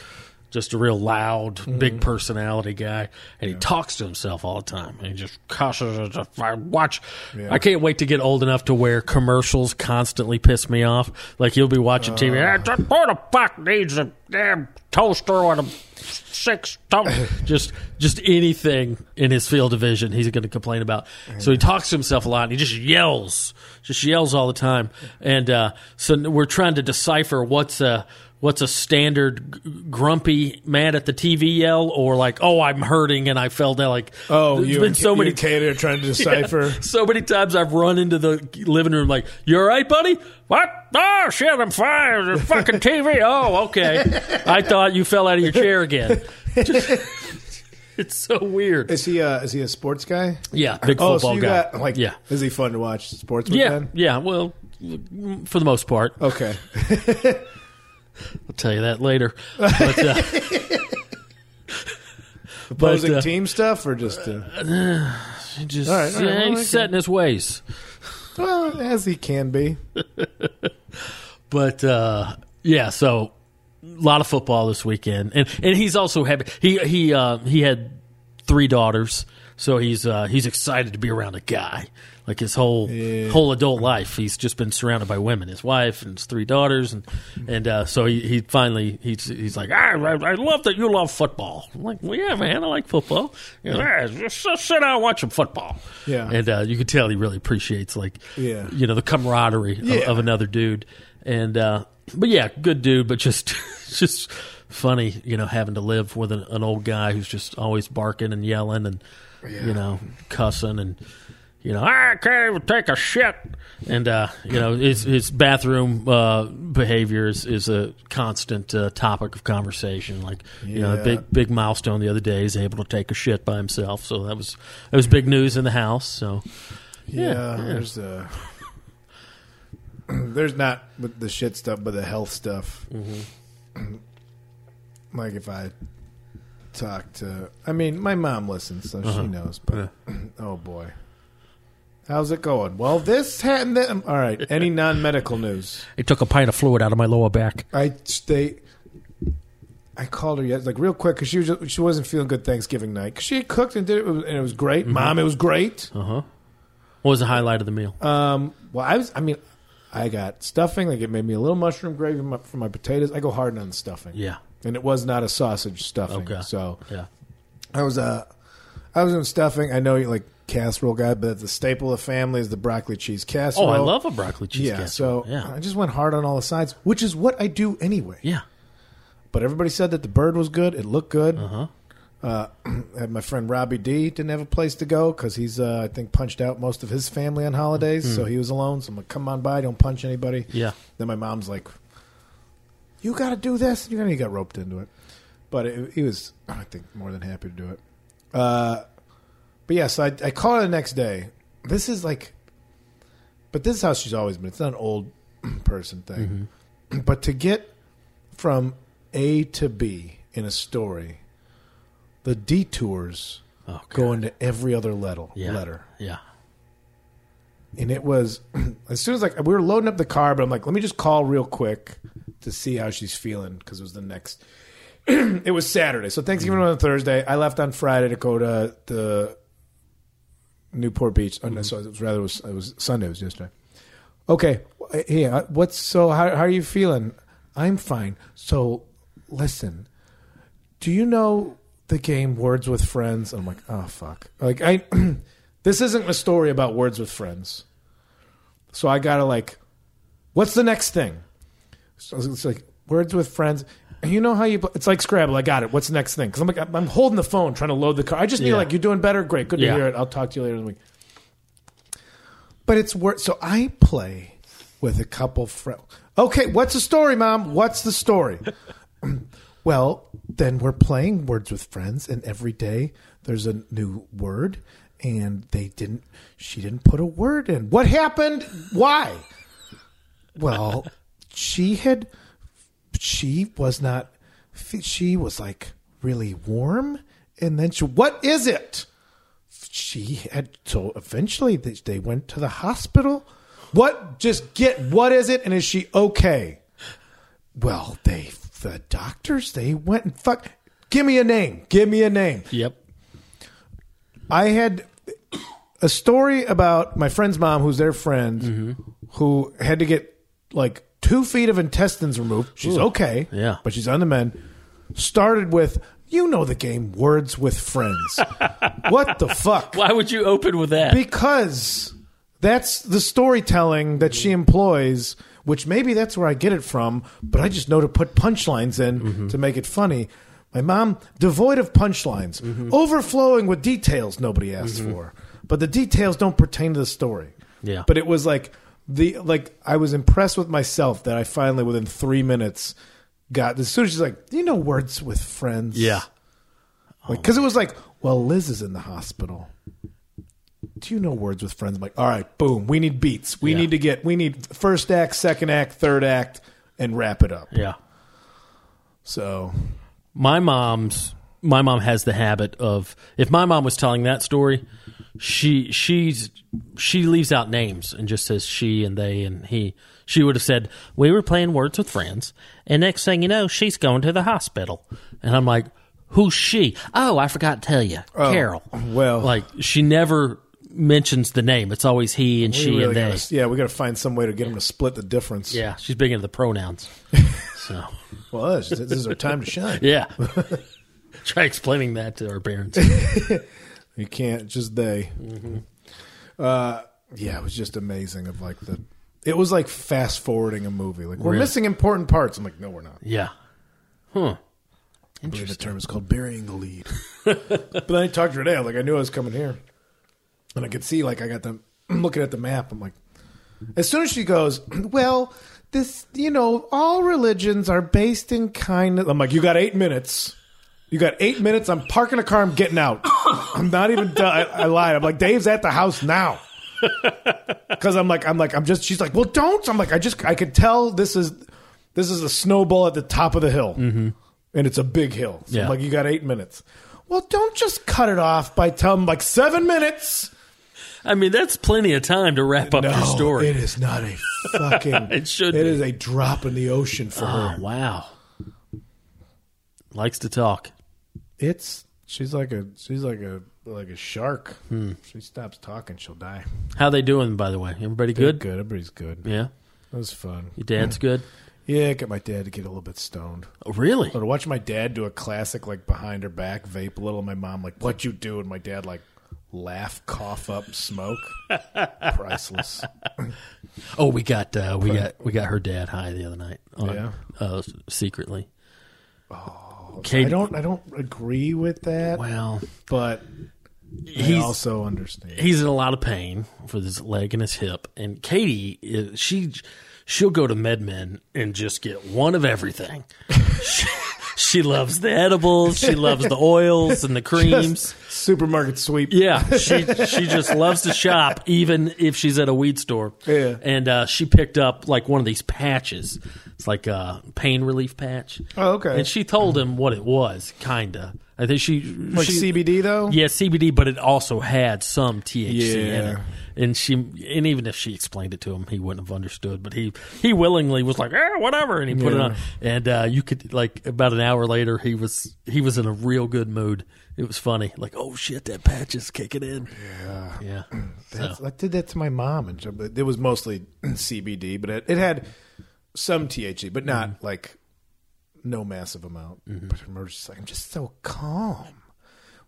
just a real loud, big personality guy, and he talks to himself all the time. And he just cusses. I watch. Yeah. I can't wait to get old enough to where commercials constantly piss me off. Like you'll be watching TV. "Ah, just Who the fuck needs a damn toaster with a six to-" just just anything in his field of vision he's going to complain about. So he talks to himself a lot. and He just yells, just yells all the time. And uh, so we're trying to decipher what's a what's a standard g- grumpy mad at the TV yell or like oh I'm hurting and I fell down like Oh, there's you been and, so many Kate are trying to decipher. so many times I've run into the living room like, "You all right, buddy? What? Oh shit, I'm fine. There's fucking TV. Oh, okay. I thought you fell out of your chair again. Just- it's so weird. Is he? Uh, is he a sports guy? yeah, big Oh, football so you guy. got like. yeah, Is he fun to watch sports with? yeah, then? yeah. Well, mm, for the most part, I'll Okay. tell you that later. But, uh, Opposing uh, team stuff or just? Uh, just All right, all right, yeah, I he's like set in his ways. well, as he can be. But uh, yeah, so a lot of football this weekend, and and he's also happy. He he uh, he had three daughters, so he's uh, he's excited to be around a guy. Like his whole whole adult life, he's just been surrounded by women. His wife and his three daughters, and and uh, so he, he finally he's he's like, I, I, I love that you love football. I'm like, well, yeah, man, I like football. You know, "Yeah, just just sit down and watch some football. Yeah. and uh, you can tell he really appreciates like Yeah. you know the camaraderie of- Yeah. of another dude and uh but yeah good dude but just just funny you know having to live with an, an old guy who's just always barking and yelling and you know cussing and you know i can't even take a shit and uh you know his his bathroom uh behavior is, is a constant uh, topic of conversation like you know a Yeah. big big milestone the other day he's able to take a shit by himself so that was that was big news in the house so Yeah, yeah. there's uh there's not with the shit stuff, but the health stuff. Mm-hmm. like if I talk to, I mean, my mom listens, so Uh-huh. she knows. But oh boy, how's it going? Well, this happened. That, all right. Any non-medical news? He took a pint of fluid out of my lower back. I they. I called her yet, like real quick, because she was just, she wasn't feeling good Thanksgiving night. 'Cause she cooked and did it, and it was great. Mm-hmm. Mom, it was Uh-huh. great. What was the highlight of the meal? Um, well, I was. I mean, I got stuffing. Like it made me a little mushroom gravy for my, for my potatoes. I go hard on the stuffing. yeah. and it was not a sausage stuffing. Okay. So Yeah. I was uh, I was in stuffing. I know you like casserole guy, but the staple of family is the broccoli cheese Oh, casserole. I love a broccoli cheese Yeah, casserole. so yeah. I just went hard on all the sides, which is what I do anyway. yeah. But everybody said that the bird was good. It looked good. Uh-huh. had my friend Robbie D didn't have a place to go because he's, uh, I think, punched out most of his family on holidays, so he was alone. So I'm like, come on by, don't punch anybody. Yeah. Then my mom's like, you got to do this. You got to get roped into it. But it, he was, I think, more than happy to do it. Uh, but yeah, so I, I call her the next day. This is like, but this is how she's always been. It's not an old person thing. Mm-hmm. But to get from A to B in a story, the detours Oh, God. go into every other letter. yeah. letter. Yeah. And it was as soon as like we were loading up the car, but I'm like, let me just call real quick to see how she's feeling because it was the next. it was Saturday, so Thanksgiving was on Thursday. I left on Friday to go to the Newport Beach. Oh, no, so it was rather it was, it was Sunday. It was yesterday. Okay, hey, uh, what's so? How, how are you feeling? I'm fine. So listen, do you know the game Words with Friends. I'm like, oh fuck. Like I this isn't a story about Words with Friends. So I gotta like what's the next thing? So it's like Words with Friends. And you know how you pl- it's like Scrabble. I got it. What's the next thing? Because I'm like I'm- I'm holding the phone, trying to load the car. I just need Yeah. like you're doing better. Great, good Yeah. to hear it. I'll talk to you later in the week. But it's worth. So I play with a couple friends. Okay, what's the story, mom? What's the story? well, then we're playing Words with Friends, and every day there's a new word, and they didn't. She didn't put a word in. What happened? Why? Well, she had. She was not. She was like really warm, and then she. What is it? she had so eventually they, they went to the hospital what just get what is it and is she okay well they the doctors they went and fuck give me a name give me a name Yep. I had a story about my friend's mom, who's their friend, who had to get like two feet of intestines removed. She's okay, Yeah. but she's on the mend. Started with, you know, the game Words with Friends. what the fuck? Why would you open with that? Because that's the storytelling that she employs, which maybe that's where I get it from, but I just know to put punchlines in to make it funny. My mom, devoid of punchlines, Mm-hmm. overflowing with details nobody asked for, but the details don't pertain to the story. Yeah. But it was like the like I was impressed with myself that I finally within three minutes got as soon as she's like, Do you know words with friends? yeah. Like, because it was like, well, Liz is in the hospital. Do you know words with friends? I'm like, all right, boom. We need beats. We Yeah. need to get. We need first act, second act, third act, and wrap it up. Yeah. So my mom's my mom has the habit of if my mom was telling that story she she's she leaves out names and just says she and they and he she would have said we were playing words with friends and next thing you know she's going to the hospital and i'm like who's she oh i forgot to tell you carol Oh, well. like she never mentions the name it's always he and we she really and they gotta, yeah, we got to find some way to get them to split the difference. yeah she's big into the pronouns so Well, this, this is our time to shine. yeah try explaining that to our parents You can't just they. Uh, Mm-hmm. yeah, it was just amazing. Of like the, it was like fast forwarding a movie. Like we're Really? missing important parts. I'm like, no, we're not. Yeah. Huh. I believe the term is called burying the lead. but then I talked to her today. I was like, I knew I was coming here, and I could see like I got them looking at the map. I'm like, as soon as she goes, well, this you know, all religions are based in kindness. I'm like, you got eight minutes. You got eight minutes. I'm parking a car. I'm getting out. I'm not even. done. I, I lied. I'm like, Dave's at the house now. Because I'm like, I'm like, I'm just. She's like, well, don't. I'm like, I just, I could tell this is, this is a snowball at the top of the hill, mm-hmm. and it's a big hill. So Yeah. I'm like, you got eight minutes. Well, don't just cut it off by telling them like seven minutes. I mean, that's plenty of time to wrap up your story. it is not a fucking. It should It be. is a drop in the ocean for oh, her. wow. Likes to talk. It's she's like a she's like a like a shark. Hmm. She stops talking, she'll die. How they doing, by the way? Everybody good? good. Mm. Everybody's good. Yeah. That was fun. Your dad's good? Yeah, got my dad to get a little bit stoned. Oh, really? But to watch my dad do a classic like behind her back vape a little, and my mom like, "What you do?" and my dad like laugh, cough up smoke. Priceless. Oh, we got uh, we got we got her dad high the other night. On, Yeah. Uh, secretly. Oh. I Katie, don't. I don't agree with that, Well, but I he's also understand. he's in a lot of pain for his leg and his hip. And Katie, is, she she'll go to MedMen and just get one of everything. she, she loves the edibles. She loves the oils and the creams. Supermarket sweep. Yeah, she she just loves to shop, even if she's at a weed store. Yeah. and uh, she picked up like one of these patches. It's like a pain relief patch. Oh, okay. And she told him what it was, kinda. I think she Like she, CBD though. Yeah, CBD, but it also had some THC in Yeah. it. And she, and even if she explained it to him, he wouldn't have understood. But he, he willingly was like, eh, whatever, and he put it Yeah. on. And uh, you could, like, about an hour later, he was he was in a real good mood. It was funny, like, oh shit, that patch is kicking in. Yeah, yeah. So, That's- I did that to my mom, and she- but it was mostly CBD, but it, it had some THC, Mm-hmm. but not like no massive amount. But I remember she's like, I'm just so calm.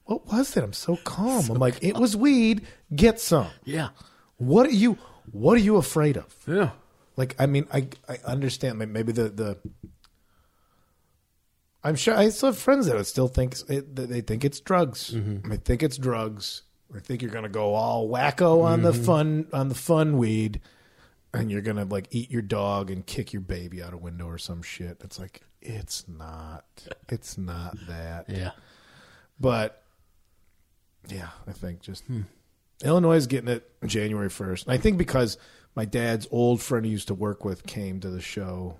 What was that? I'm so calm. I'm like, it was weed. Get some. Yeah. What are you? What are you afraid of? Yeah. Like, I mean, I I understand. may- Maybe the the. I'm sure I still have friends that still think it, that they think it's drugs. They think it's drugs. They think you're gonna go all wacko on the fun on the fun weed, and you're gonna like eat your dog and kick your baby out a window or some shit. It's like it's not. It's not that. Yeah. But yeah, I think just hmm. Illinois is getting it January first. I think because my dad's old friend he used to work with came to the show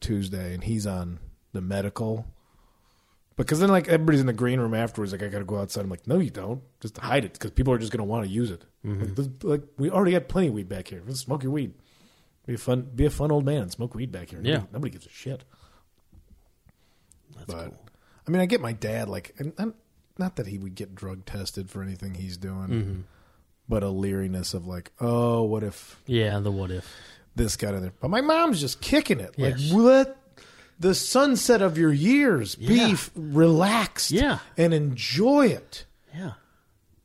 Tuesday, and he's on the medical. Because then, like everybody's in the green room afterwards. Like I gotta go outside. I'm like, no, you don't. Just hide it because people are just gonna want to use it. Like, this- like, we already got plenty of weed back here. Let's smoke your weed. Be a fun, be a fun old man and smoke weed back here. Yeah. Nobody- nobody gives a shit but I mean, I get my dad like, and, and not that he would get drug tested for anything he's doing, but a leeriness of like, oh, what if Yeah. The what if? this got in there? But my mom's just kicking it. Yes. Like, what? The sunset of your years, Yeah. beef, relaxed, Yeah. and enjoy it. Yeah.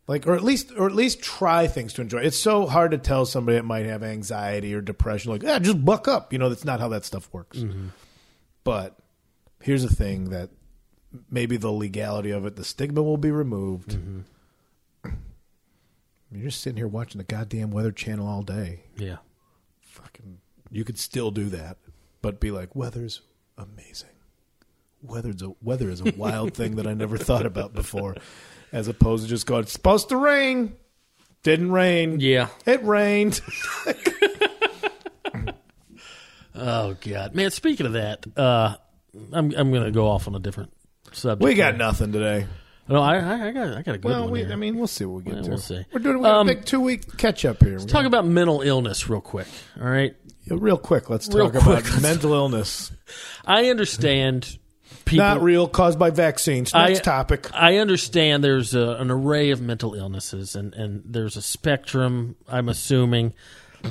Like, or at least, or at least try things to enjoy. It's so hard to tell somebody that might have anxiety or depression, like, yeah, just buck up. You know, that's not how that stuff works. Mm-hmm. But here's the thing that maybe the legality of it, the stigma will be removed. Mm-hmm. You're just sitting here watching the goddamn Weather Channel all day. Yeah. Fucking, you could still do that, but be like, weather's amazing. Weather's a weather is a wild thing that I never thought about before, as opposed to just going, it's supposed to rain, didn't rain, Yeah. it rained. Oh God, man. Speaking of that, uh, I'm I'm gonna go off on a different subject. we got nothing today. No, I I, I got I got a good Well, one we, here. I mean, we'll see what we get Yeah, to. we'll see. We're doing we got Um, a big two week catch up here. We're Talk about mental illness real quick. All right. Yeah, real quick, let's Real talk quick, about mental illness. I understand people. Not real, caused by vaccines. I- Next topic. I understand there's a, an array of mental illnesses, and, and there's a spectrum. I'm assuming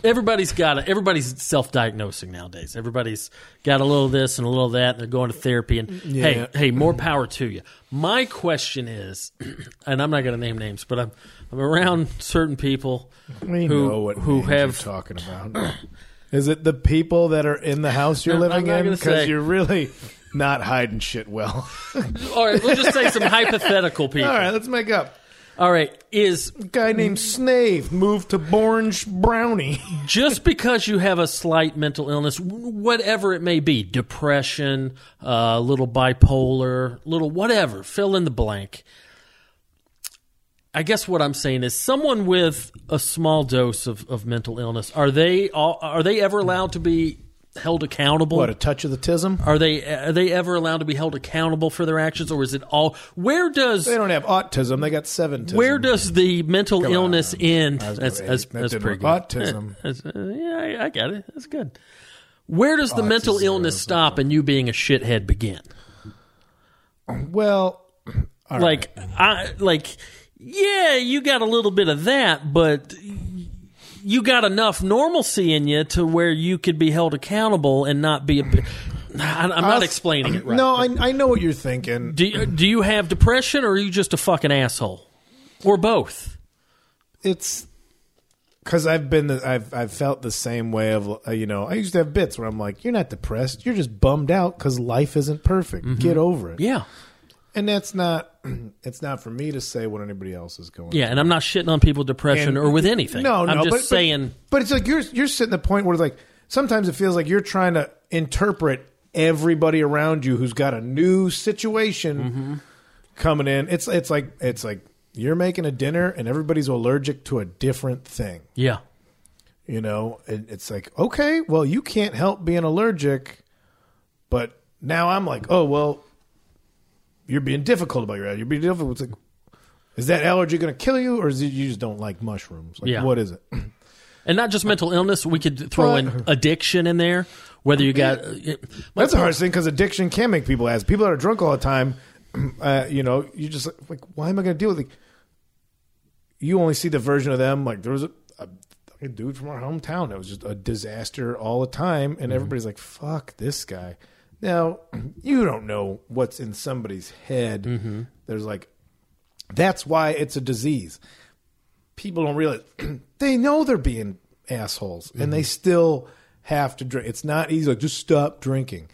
everybody's got a, everybody's self diagnosing nowadays. Everybody's got a little of this and a little of that, and they're going to therapy. And hey, hey, more power to you. My question is, and I'm not going to name names, but I'm I'm around certain people We who know what who names have you're talking about. Is it the people that are in the house you're No, I'm living not in? gonna say. Because you're really not hiding shit well. all right. We'll just say some hypothetical people. All right, let's make up. all right, is A guy named Snave moved to Orange Brownie. just because you have a slight mental illness, w- whatever it may be, depression, a little bipolar, little whatever, fill in the blank. I guess what I'm saying is someone with a small dose of, of mental illness, are they all, are they ever allowed to be held accountable? What a touch of the tism. are they are they ever allowed to be held accountable for their actions or is it all where does They don't have autism. They got seven. where does the mental Come on. illness end? I was That's, gonna- that's, that that's didn't pretty work. good. Autism. That's- uh, yeah, I, I got it. That's good. Where does the mental Autism. illness stop and you being a shithead begin? Well, like, I like, yeah, you got a little bit of that, but you got enough normalcy in you to where you could be held accountable and not be a. bi- I- I'm not explaining it right. no, I, I know what you're thinking. Do you, do you have depression or are you just a fucking asshole, or both? it's because I've been the, I've I've felt the same way of uh, you know I used to have bits where I'm like you're not depressed you're just bummed out because life isn't perfect get over it Mm-hmm. Yeah. and that's not it's not for me to say what anybody else is going Yeah, and I'm not shitting on people with depression And- or with anything. no no I'm just but, saying. but, but it's like you're you're sitting at the point where like sometimes it feels like you're trying to interpret everybody around you who's got a new situation Mm-hmm. coming in it's it's like it's like you're making a dinner and everybody's allergic to a different thing yeah, you know and it's like okay well you can't help being allergic but now i'm like oh well you're being difficult about your allergy you're being difficult it's like is that allergy going to kill you or is it you just don't like mushrooms like Yeah. what is it and not just mental illness. We could throw in But- addiction in there. Whether you got uh, that's a hard thing because addiction can make people as people that are drunk all the time uh, you know you just like, like why am i going to deal with it you only see the version of them like there was a, a fucking dude from our hometown that was just a disaster all the time and everybody's like fuck this guy now you don't know what's in somebody's head there's like That's why it's a disease. People don't realize they know they're being assholes and they still have to drink. It's not easy. Like, just stop drinking.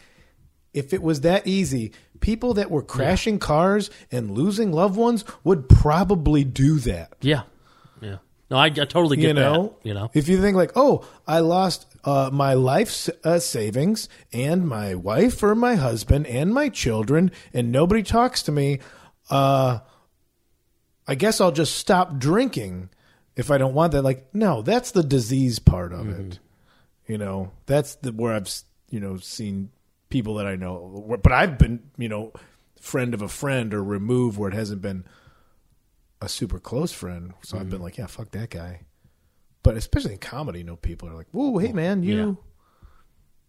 If it was that easy, people that were crashing cars and losing loved ones would probably do that. Yeah. Yeah. No, I, I totally get you know, that. You know. if you think like, oh, I lost uh, my life's uh, savings and my wife or my husband and my children, and nobody talks to me, uh, I guess I'll just stop drinking if I don't want that. Like, no, that's the disease part of it. Mm-hmm. You know, that's the where I've s- you know seen people that I know, but I've been you know friend of a friend or remove where it hasn't been a super close friend. So I've Mm-hmm. been like, yeah, fuck that guy. But especially in comedy, you know, people are like, whoa, hey man, you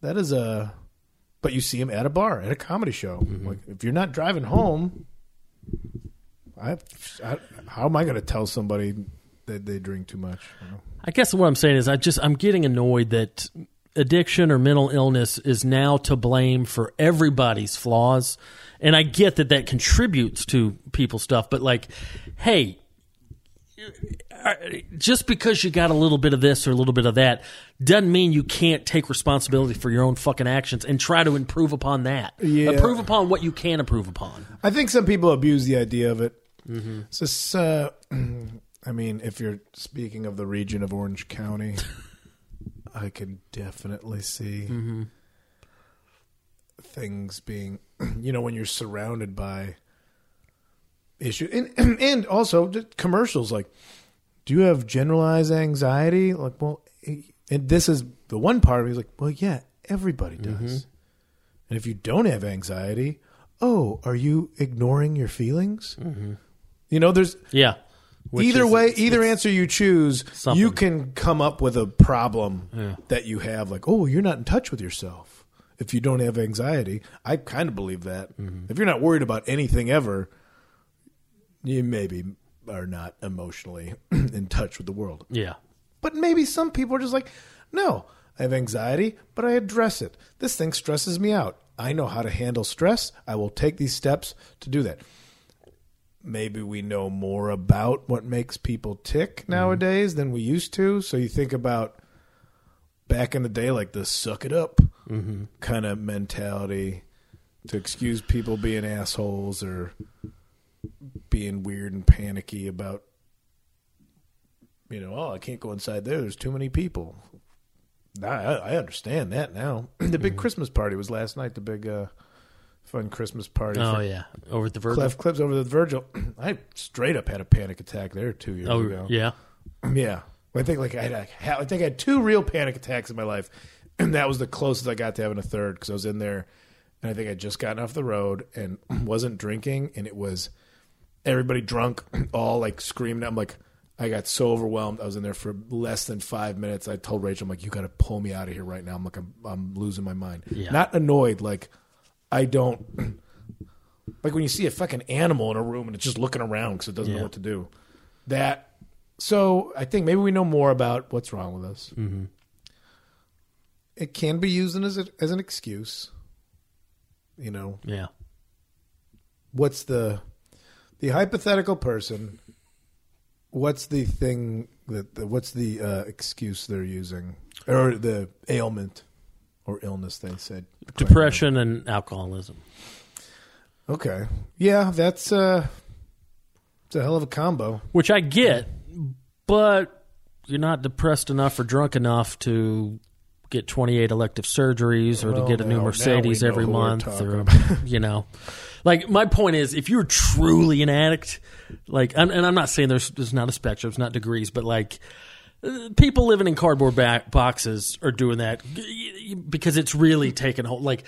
that is a. But you see him at a bar, at a comedy show. Like, if you're not driving home, I, I how am I going to tell somebody that they drink too much? you know? I guess what I'm saying is I just I'm getting annoyed that addiction or mental illness is now to blame for everybody's flaws. And I get that that contributes to people's stuff, but like hey, just because you got a little bit of this or a little bit of that doesn't mean you can't take responsibility for your own fucking actions and try to improve upon that. Yeah. Improve upon what you can improve upon. I think some people abuse the idea of it. It's just, uh, I mean, if you're speaking of the region of Orange County, I can definitely see things being, you know, when you're surrounded by issue and and also just commercials like, do you have generalized anxiety? Like, well, and this is the one part of me is like, well, yeah, everybody does. And if you don't have anxiety, oh, are you ignoring your feelings? You know, there's Yeah. Mm-hmm. Which either is- way, either answer you choose, Something. you can come up with a problem that you have. Like, oh, you're not in touch with yourself if you don't have anxiety. I kind of believe that. Mm-hmm. If you're not worried about anything ever, you maybe are not emotionally in touch with the world. Yeah. But maybe some people are just like, no, I have anxiety, but I address it. This thing stresses me out. I know how to handle stress. I will take these steps to do that. Maybe we know more about what makes people tick nowadays than we used to. So you think about back in the day, like the suck it up kind of mentality to excuse people being assholes or being weird and panicky about you know, oh, I can't go inside there. There's too many people. I, I I understand that now. the big Christmas party was last night. The big uh, fun Christmas party. Oh for yeah. Over at the verge. Clef Clips over the Virgil. I straight up had a panic attack there two years Oh ago. yeah. Yeah. I think like I had, a, I think I had two real panic attacks in my life, and that was the closest I got to having a third because I was in there, and I think I'd just gotten off the road and wasn't drinking, and it was everybody drunk, all like screaming. I'm like, I got so overwhelmed. I was in there for less than five minutes. I told Rachel, I'm like, you got to pull me out of here right now. I'm like, I'm, I'm losing my mind. Yeah. Not annoyed, like I don't. Like when you see a fucking animal in a room and it's just looking around because it doesn't Yeah. know what to do. That so I think maybe we know more about what's wrong with us. Mm-hmm. It can be used as a, as an excuse. You know, Yeah. what's the the hypothetical person? What's the thing that the, what's the uh, excuse they're using or the ailment or illness they said? Depression and alcoholism. Okay, yeah, that's uh, it's a hell of a combo. which I get, but you're not depressed enough or drunk enough to get 28 elective surgeries or Well, to get a now- new now we Mercedes know every who we're month talking or about. you know. Like my point is if you're truly an addict, like and, and I'm not saying there's there's not a spectrum, it's not degrees, but like uh, People living in cardboard ba- boxes are doing that g- because it's really taken hold. Like,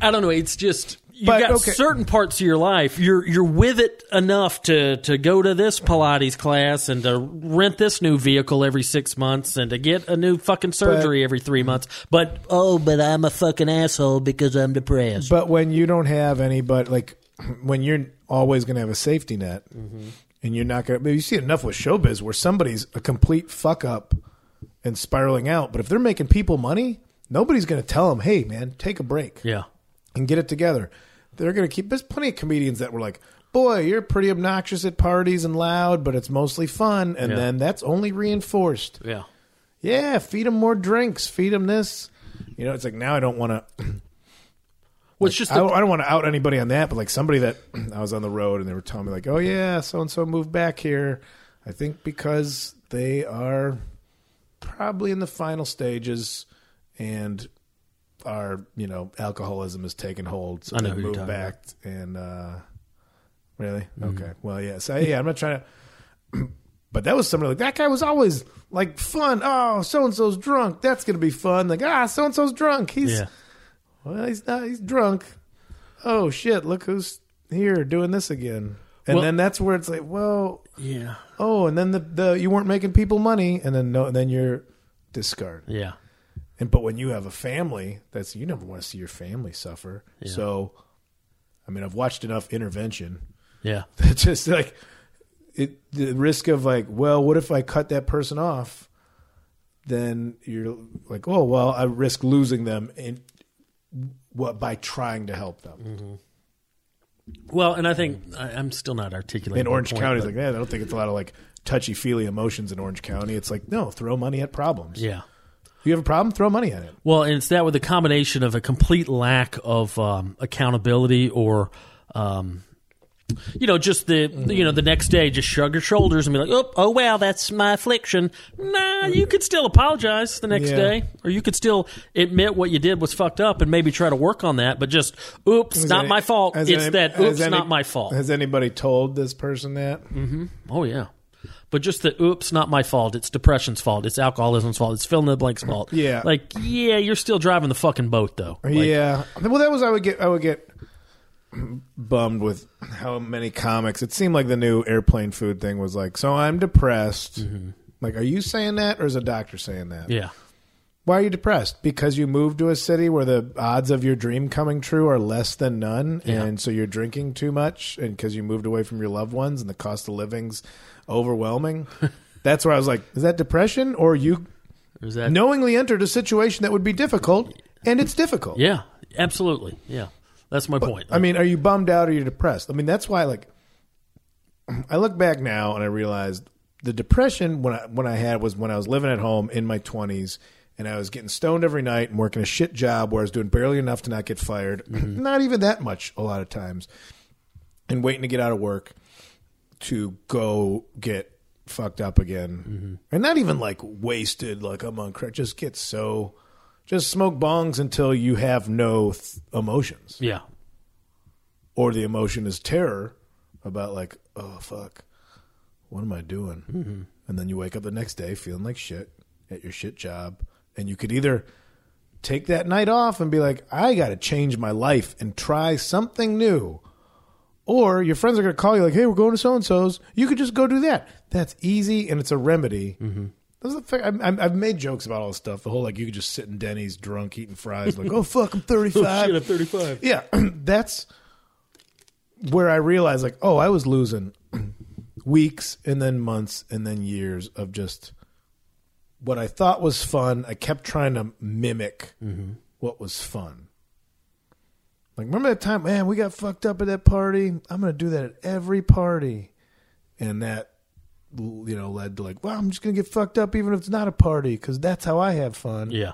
I don't know. It's just you But, got okay. certain parts of your life you're you're with it enough to to go to this Pilates class and to rent this new vehicle every six months and to get a new fucking surgery every three months. But oh, but I'm a fucking asshole because I'm depressed. But when you don't have anybody, like when you're always going to have a safety net, Mm-hmm. and you're not going to, you see enough with showbiz where somebody's a complete fuck up and spiraling out. But if they're making people money, nobody's going to tell them, "Hey, man, take a break yeah, and get it together." They're going to keep. There's plenty of comedians that were like, boy, you're pretty obnoxious at parties and loud, but it's mostly fun. And Yeah. then that's only reinforced. Yeah. Yeah, feed them more drinks. Feed them this. You know, it's like now I don't want to. Well, it's just I, the, I don't want to out anybody on that, but like somebody that I was on the road and they were telling me like, oh yeah, so and so moved back here. I think because they are probably in the final stages and our you know alcoholism has taken hold, so I know they who you're moved talking Mm-hmm. back and uh, really okay. Well, yeah, so yeah, I'm not trying to. But that was somebody like that guy was always like fun. Oh, so and so's drunk. That's gonna be fun. Like ah, so and so's drunk. He's yeah. well, he's not. He's drunk. Oh shit! Look who's here doing this again. And Well- then that's where it's like, well, Yeah. oh, and then the, the you weren't making people money, and then no, then you're discard. Yeah. And but when you have a family, that's you never want to see your family suffer. So, I mean, I've watched enough intervention Yeah. that just like it, the risk of like, well, what if I cut that person off? Then you're like, oh, well, I risk losing them in what by trying to help them. Mm-hmm. Well, and I think I, I'm still not articulating. in my Orange point, County. but- It's like, yeah, I don't think it's a lot of like touchy feely emotions in Orange County. It's like, no, throw money at problems. yeah. You have a problem, throw money at it. Well, and it's that with a combination of a complete lack of um, accountability or. Um, you know, just the you know the next day, just shrug your shoulders and be like, "Oh, oh well, that's my affliction." Nah, you could still apologize the next Yeah. day, or you could still admit what you did was fucked up and maybe try to work on that. But just, oops, Has not any- my fault. has It's any- that, has oops, any- not my fault. Has anybody told this person that? Oh yeah. But just the oops, not my fault. It's depression's fault. It's alcoholism's fault. It's fill in the blank's fault. Yeah. Like, yeah, you're still driving the fucking boat though. Like, yeah. Well, that was I would get I would get bummed with how many comics. It seemed like the new airplane food thing was like, so I'm depressed. Like, are you saying that, or is a doctor saying that? Mm-hmm. Yeah. Why are you depressed? Because you moved to a city where the odds of your dream coming true are less than none, and so you're drinking too much, and because you moved away from your loved ones, and the cost of living's overwhelming. That's where I was like, is that depression, or you Is that knowingly entered a situation that would be difficult, and it's difficult? Yeah. Absolutely. Yeah. That's my point. I mean, are you bummed out or you're depressed? I mean, that's why like I look back now and I realized the depression when I when I had was when I was living at home in my 20s and I was getting stoned every night and working a shit job where I was doing barely enough to not get fired. not even that much a lot of times. And waiting to get out of work to go get fucked up again. And not even like wasted like I'm on crack, just get so just smoke bongs until you have no th- emotions yeah. or the emotion is terror about like oh fuck what am i doing mm-hmm. and then you wake up the next day feeling like shit at your shit job and you could either take that night off and be like i gotta change my life and try something new or your friends are gonna call you like hey we're going to so-and-so's you could just go do that that's easy and it's a remedy mm-hmm. That's the thing. I'm, I'm, I've made jokes about all this stuff. The whole like you could just sit in Denny's drunk eating fries, like oh fuck, I'm 35. Shit, I'm 35. Yeah, that's where I realized like, oh, I was losing weeks and then months and then years of just what I thought was fun. I kept trying to mimic what was fun. Like, remember that time, man, we got fucked up at that party? I'm going to do that at every party. And that, l- you know, led to like, well, I'm just going to get fucked up even if it's not a party because that's how I have fun Yeah.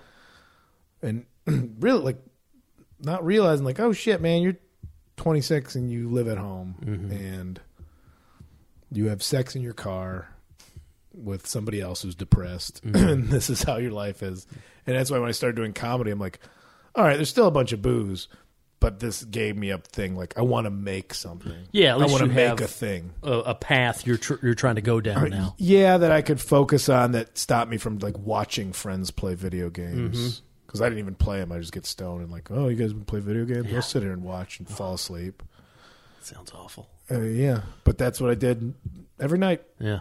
and really like not realizing like oh shit man you're 26 and you live at home Mm-hmm. and you have sex in your car with somebody else who's depressed Mm-hmm. and this is how your life is and that's why when i started doing comedy i'm like all right there's still a bunch of booze but this gave me a thing like i want to make something Yeah, at i least want to you make have- a thing A, a path you're tr- you're trying to go down now. yeah, that I could focus on that stopped me from like watching friends play video games because I didn't even play them. I just get stoned and like, oh, you guys play video games? I'll sit here and watch and fall asleep. Sounds awful. Uh, yeah, but that's what I did every night. Yeah.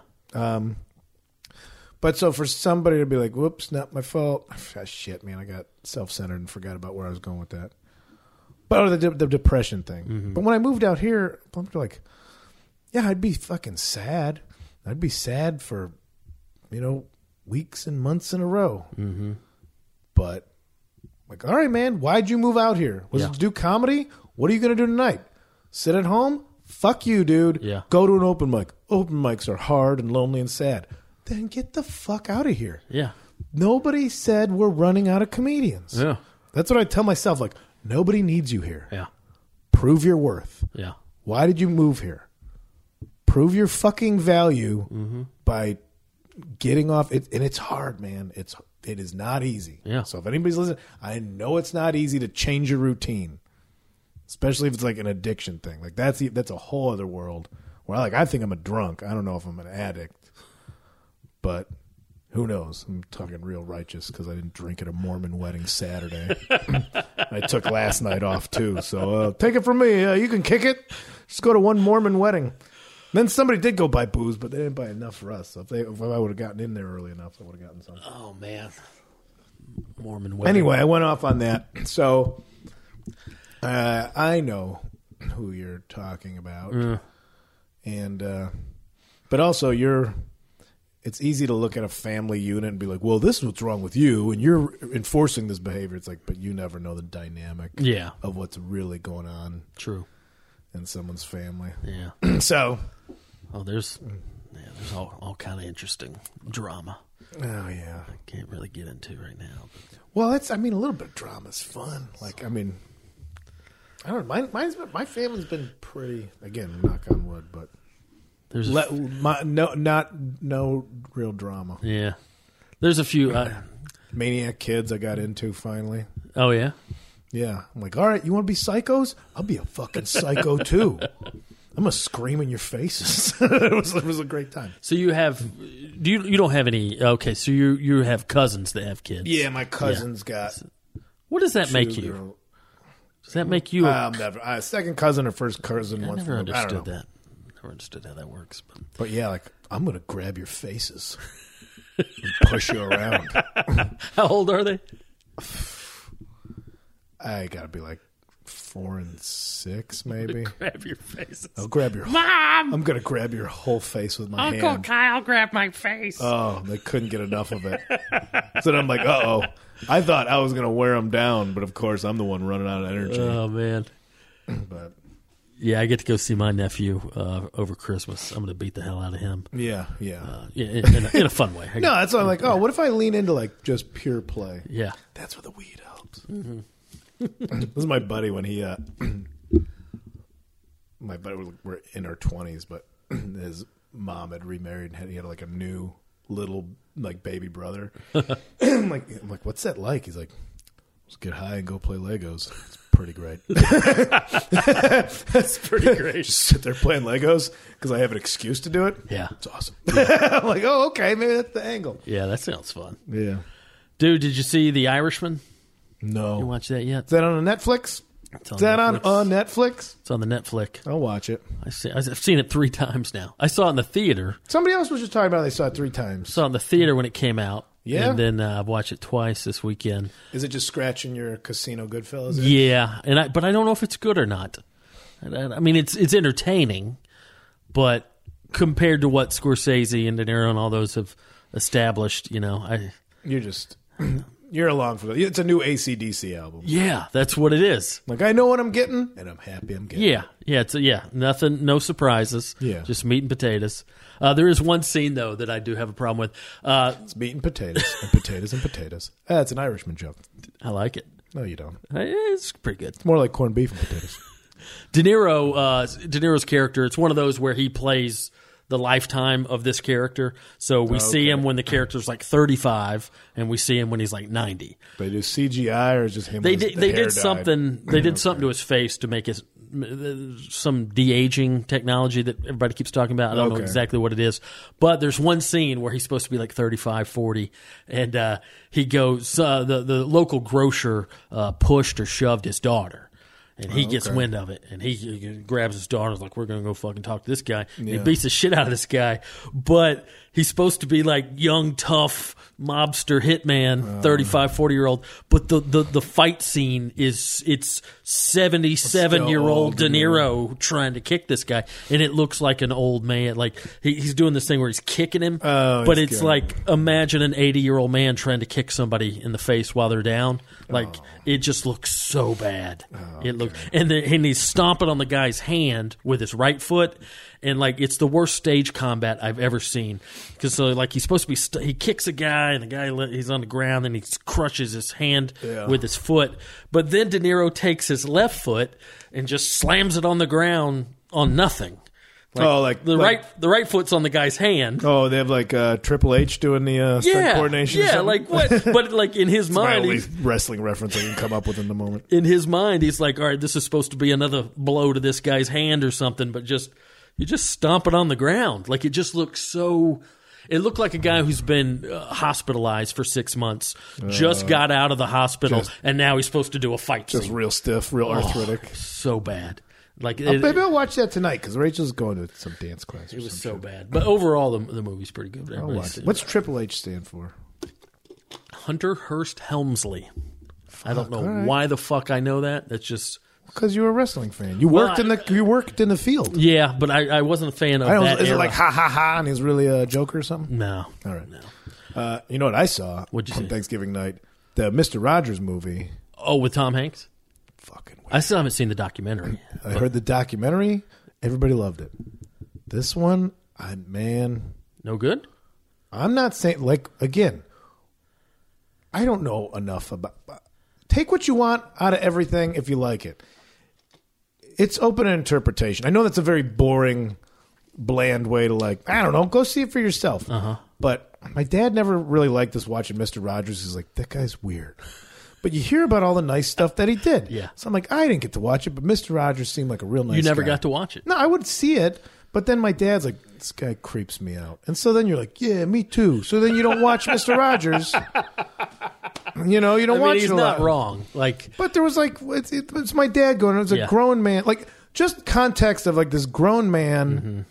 But so for somebody to be like, "Whoops, not my fault," Ah, shit, man, I got self-centered and forgot about where I was going with that. But oh, the, de- the depression thing. Mm-hmm. But when I moved out here, I'm like, yeah, I'd be fucking sad. I'd be sad for, you know, weeks and months in a row. Mm-hmm. But like, all right, man, why'd you move out here? Was Yeah. it to do comedy? What are you going to do tonight? Sit at home? Fuck you, dude. Yeah. Go to an open mic. Open mics are hard and lonely and sad. Then get the fuck out of here. Yeah. Nobody said we're running out of comedians. Yeah. That's what I tell myself. Like, nobody needs you here. Yeah. Prove your worth. Yeah. Why did you move here? Prove your fucking value by getting off it and it's hard, man. It's it is not easy. Yeah. So if anybody's listening, I know it's not easy to change your routine. Especially if it's like an addiction thing. Like that's e- that's a whole other world where like I think I'm a drunk. I don't know if I'm an addict. But who knows? I'm talking real righteous because I didn't drink at a Mormon wedding Saturday. I took last night off too. So uh, take it from me. Uh, you can kick it. Just go to one Mormon wedding. Then somebody did go buy booze, but they didn't buy enough for us. So if, they, if I would have gotten in there early enough, I would have gotten some. Oh man. Mormon wedding. Anyway, I went off on that. So uh, I know who you're talking about, and uh, but also you're. It's easy to look at a family unit and be like, "Well, this is what's wrong with you," and you're enforcing this behavior. It's like, but you never know the dynamic Yeah. of what's really going on True. in someone's family. Yeah. so, Oh, there's yeah, there's all, all kind of interesting drama. oh yeah. Can't really get into right now. but- Well, that's I mean a little bit of drama's fun. Like I mean, I don't. know. Mine, mine's been, my family's been pretty. Again, knock on wood, but There's a let, my, no, not no real drama. yeah. There's a few. Uh, Maniac kids, I got into finally. oh yeah. Yeah, I'm like, all right, you want to be psychos? I'll be a fucking psycho too. I'm gonna scream in your faces. it, was, it was a great time. So you have do you you don't have any? Okay, so you you have cousins that have kids. Yeah, my cousins got What does that make two you? girl- Does that make you? a- Um, never. Uh, second cousin or first cousin. I once never removed. I don't understood know. that. Never understood how that works. But But yeah, like I'm gonna grab your faces, and push you around. how old are they? I gotta be like four and six, maybe. Grab your faces. I'll grab your. Oh Mom, I'm gonna grab your whole face with my Uncle hand. Kyle grabbed my face. Oh, they couldn't get enough of it. so then I'm like, uh oh. I thought I was gonna wear them down, but of course I'm the one running out of energy. Uh. Oh man. but Yeah, I get to go see my nephew uh, over Christmas. I'm going to beat the hell out of him. yeah, yeah. Uh, yeah, in, in, a, in a fun way. I no, guess. that's why I'm like, oh, what if I lean into like just pure play? Yeah. That's where the weed helps. this is my buddy when he, uh, my buddy, we're- we're in our twenties, but his mom had remarried and had, he had like a new little like baby brother. I'm like, I'm like, what's that like? He's like, just get high and go play Legos. It's pretty great. That's pretty great. just sit there playing Legos because I have an excuse to do it. Yeah. it's awesome. I'm like, oh, okay, maybe that's the angle. Yeah, that sounds fun. Yeah. Dude, did you see The Irishman? No. You watch that yet? Is that on a Netflix? It's on Is that Netflix. on uh, Netflix? It's on the Netflix. I'll watch it. I see, I've seen it three times now. I saw it in the theater. Somebody else was just talking about it. they saw it three times. Saw it in the theater when it came out. Mm. Yeah? And then uh, I've watched it twice this weekend. Is it just scratching your casino Goodfellas? Yeah, and I but I don't know if it's good or not. And I, I mean, it's it's entertaining, but compared to what Scorsese and De Niro and all those have established, you know, I You're just you're along for that. It's a new ACDC album. yeah, that's what it is. Like I know what I'm getting, and I'm happy I'm getting. Yeah, yeah, it's a, yeah, nothing, no surprises. Yeah. just meat and potatoes. Uh, there is one scene though that I do have a problem with. Uh, It's meat and potatoes, and potatoes and potatoes. Ah, it's an Irishman joke. I like it. No, you don't. Uh, It's pretty good. It's more like corned beef and potatoes. De Niro, uh, De Niro's character. It's one of those where he plays the lifetime of this character. So we see him when the character's like 35, and we see him when he's like 90. They do CGI or it's just him. They with his did. They hair did dyed. something. They did something to his face to make his uh, some de aging technology that everybody keeps talking about. I don't know Okay. exactly what it is, but there's one scene where he's supposed to be like 35, 40, and uh, he goes. Uh, the the local grocer uh, pushed or shoved his daughter. And he gets wind of it, and he, he grabs his daughter. and is like, "We're gonna go fucking talk to this guy." And He beats the shit out of this guy, but He's supposed to be like young, tough mobster hitman, 35, 40 year old. But the, the, the fight scene is it's 77 year old old De Niro trying to kick this guy. And it looks like an old man. Like he, he's doing this thing where he's kicking him. Oh, but it's it's good. like imagine an 80 year old man trying to kick somebody in the face while they're down. Like Oh. it just looks so bad. it looks and then and he's stomping on the guy's hand with his right foot, and like it's the worst stage combat I've ever seen. Because so like he's supposed to be st- he kicks a guy and the guy le- he's on the ground and he crushes his hand with his foot, but then De Niro takes his left foot and just slams it on the ground on nothing. Oh, like- the like- right the right foot's on the guy's hand. Oh, they have like uh, Triple H doing the uh, stunt coordination. or Yeah, something? like what? But like in his my mind, only he's, wrestling reference I can come up with in the moment. in his mind, he's like, all right, this is supposed to be another blow to this guy's hand or something. But just you just stomp it on the ground. Like it just looks so. It looked like a guy who's been uh, hospitalized for six months, just got out of the hospital, and now he's supposed to do a fight. Uh, Just scene. real stiff, real arthritic. so bad. Like it, Oh. Uh, Maybe I'll watch that tonight because Rachel's going to some dance class. Or it was something. so bad. But overall, the, the movie's pretty good. I'll Everybody's watch seen it. What's Triple H stand for? Hunter Hurst Helmsley. I don't know all right. why the fuck I know that. That's just Because you were a wrestling fan. You Well, worked in the you worked in the field. Yeah, but I, I wasn't a fan of I don't, that. is era. it like ha ha ha and he's really a joker or something? no? All right. Uh, you know what I saw What'd you on see? Thanksgiving night? The Mister Rogers movie. Oh, with Tom Hanks. Fucking. I still haven't seen the documentary. I heard the documentary. Everybody loved it. This one, I man, No good. I'm not saying like again. I don't know enough about. Take what you want out of everything if you like it. It's open to interpretation. I know that's a very boring, bland way to like. I don't know. Go see it for yourself. Uh-huh. Uh huh. But my dad never really liked this watching Mister Rogers. He's like, that guy's weird. But you hear about all the nice stuff that he did. Yeah. So I'm like, I didn't get to watch it, but Mister Rogers seemed like a real nice. you never guy. got to watch it. No, I would see it, but then my dad's like, this guy creeps me out. And so then you're like, yeah, me too. So then you don't watch Mr. Rogers. You know, you don't I watch mean, he's it a not lot. wrong. Like But there was like, it's, it, it's my dad going, it was a Yeah. grown man. Like, just context of like this grown man Mm-hmm.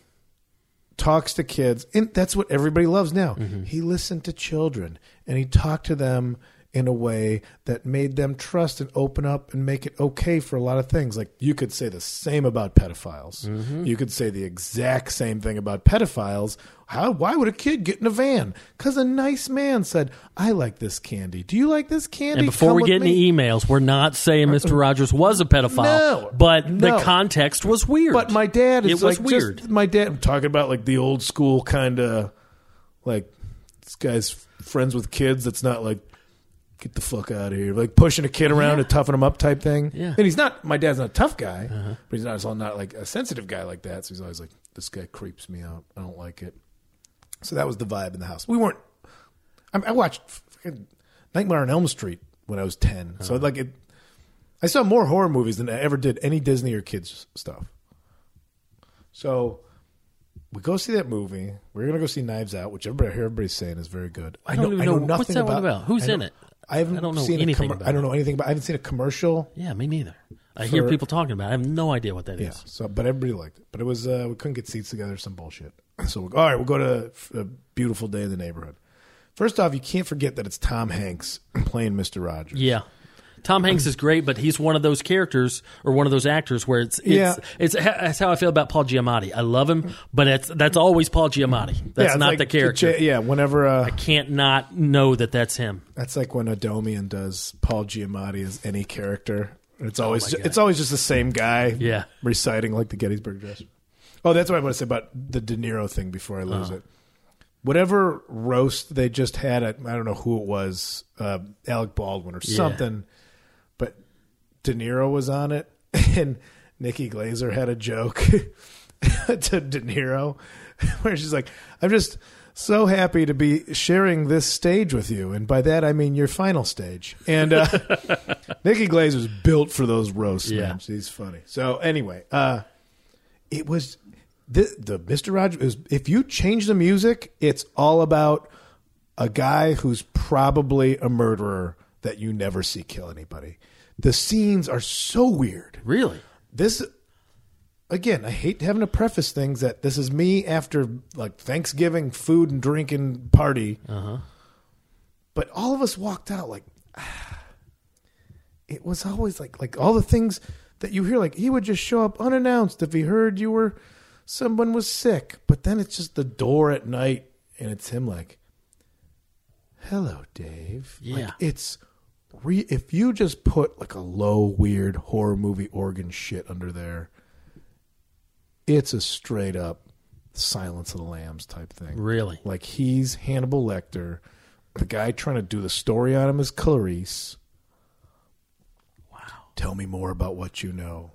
talks to kids. And that's what everybody loves now. Mm-hmm. He listened to children and he talked to them in a way that made them trust and open up and make it okay for a lot of things. Like, you could say the same about pedophiles. Mm-hmm. You could say the exact same thing about pedophiles. How, why would a kid get in a van? Because a nice man said, I like this candy. Do you like this candy? and before Come we with get me." any emails, we're not saying Mr. Rogers was a pedophile. No, but no. the context was weird. But my dad is it was like weird. Just, my dad I'm talking about like the old school kind of like this guy's friends with kids. That's not like get the fuck out of here, like pushing a kid around to toughen him up type thing. Yeah. Uh-huh. And he's not. My dad's not a tough guy, but he's not also not like a sensitive guy like that. So he's always like, this guy creeps me out. I don't like it. So that was the vibe in the house. We weren't. I, I watched fucking Nightmare on Elm Street when I was 10 So Uh-huh. like it. I saw more horror movies than I ever did any Disney or kids stuff. So we go see that movie. We're gonna go see Knives Out, which everybody I hear everybody's saying is very good. I, don't know, even I know know- nothing what's that one about, about? Who's I in don't- it? I haven't I don't know seen anything a commer- about I don't know anything about. I haven't seen a commercial. yeah, me neither. I hear For- people talking about. it. I have no idea what that is. Yeah. So, but everybody liked it. But it was uh, we couldn't get seats together. Some bullshit. So we're, all right, we'll go to a beautiful day in the neighborhood. First off, you can't forget that it's Tom Hanks playing Mr. Rogers. Yeah. Tom Hanks is great, but he's one of those characters or one of those actors where it's it's, Yeah. it's that's how I feel about Paul Giamatti. I love him, but it's that's always Paul Giamatti. That's it's not like- the character. Yeah, whenever uh, Can't not know that that's him. that's like when Adomian does Paul Giamatti as any character. It's always it's always just the same guy. Yeah. reciting like the Gettysburg Address. Oh, that's what I want to say about the De Niro thing before I lose it. Whatever roast they just had at I don't know who it was, uh, Alec Baldwin or something, but De Niro was on it, and Nikki Glazer had a joke to De Niro where she's like, "I'm just so happy to be sharing this stage with you, and by that I mean your final stage." And uh, Nikki Glazer's built for those roasts, Yeah. man. She's funny. So anyway, uh, it was the the Mister Rogers. Is, if you change the music, it's all about a guy who's probably a murderer that you never see kill anybody. The scenes are so weird. Really? This again, I hate having to preface things that this is me after like Thanksgiving food and drinking party. But all of us walked out like it was always like like all the things that you hear like he would just show up unannounced if he heard you were someone was sick. But then it's just the door at night and it's him like Hello, Dave. Like Yeah. it's re if you just put like a low weird horror movie organ shit under there it's a straight up Silence of the Lambs type thing. Really? Like he's Hannibal Lecter. The guy trying to do the story on him is Clarice. Wow. Tell me more about what you know.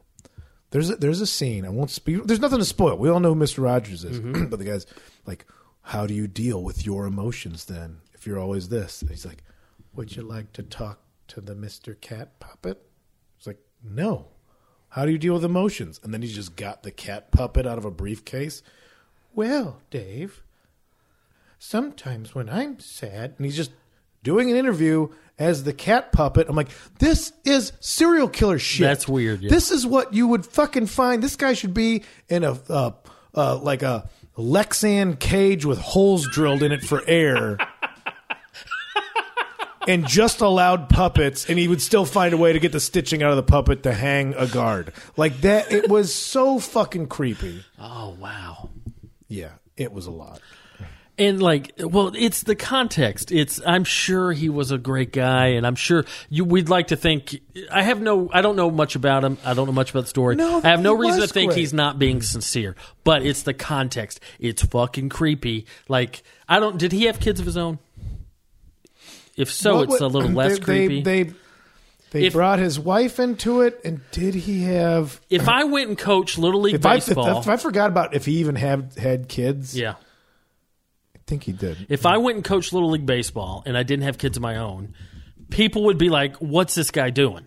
There's a, there's a scene. I won't speak. There's nothing to spoil. We all know who Mr. Rogers is, but the guy's like, "How do you deal with your emotions then if you're always this?" And he's like, "Would you like to talk to the Mr. Cat puppet?" It's like, no. How do you deal with emotions? And then he just got the cat puppet out of a briefcase. Well, Dave, sometimes when I'm sad, and he's just doing an interview as the cat puppet. I'm like, this is serial killer shit. That's weird, yeah. This is what you would fucking find. This guy should be in a uh, uh, like a Lexan cage with holes drilled in it for air. and just allowed puppets, and he would still find a way to get the stitching out of the puppet to hang a guard. Like that, it was so fucking creepy. Oh wow. Yeah, it was a lot. And like, well, it's the context. It's I'm sure he was a great guy, and I'm sure you. We'd like to think. I have no. I don't know much about him. I don't know much about the story. No, I have no he reason to was think great. he's not being sincere. But it's the context. It's fucking creepy. Like I don't. Did he have kids of his own? If so, What it's would- a little less they, creepy. They they, they If- brought his wife into it, and did he have? if I went and coached little league If I, if, baseball, I- if I forgot about if he even had had kids, yeah. I think he did. If I went and coached little league baseball and I didn't have kids of my own, people would be like, "What's this guy doing?"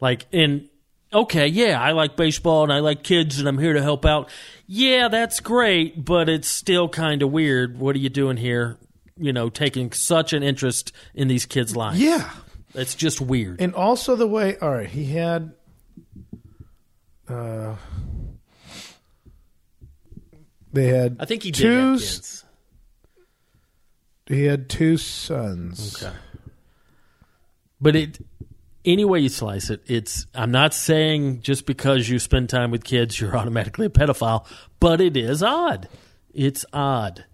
Like, and okay, yeah, I like baseball and I like kids and I'm here to help out. Yeah, that's great, but it's still kind of weird. What are you doing here? You know, taking such an interest in these kids' lives. Yeah, it's just weird. and also the way. All right, he had. Uh, they had. I think he did two have s- kids. He had two sons. Okay. But it any way you slice it, it's I'm not saying just because you spend time with kids you're automatically a pedophile, but it is odd. It's odd.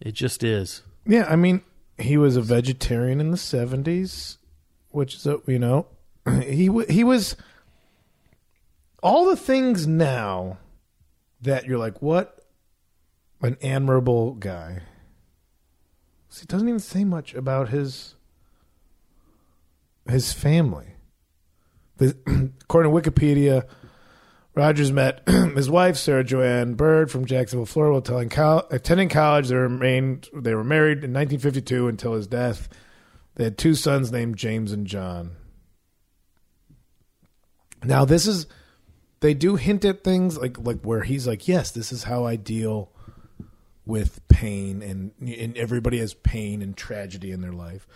It just is. Yeah, I mean, he was a vegetarian in the seventies, which is a, you know, he wa- he was all the things now that you're like, what an admirable guy. See, it doesn't even say much about his his family. The, according to Wikipedia, Rogers met his wife Sarah Joanne Bird from Jacksonville, Florida, while telling col- attending college. They remained they were married in 1952 until his death. They had two sons named James and John. Now this is they do hint at things like like where he's like, "Yes, this is how I deal with pain and and everybody has pain and tragedy in their life."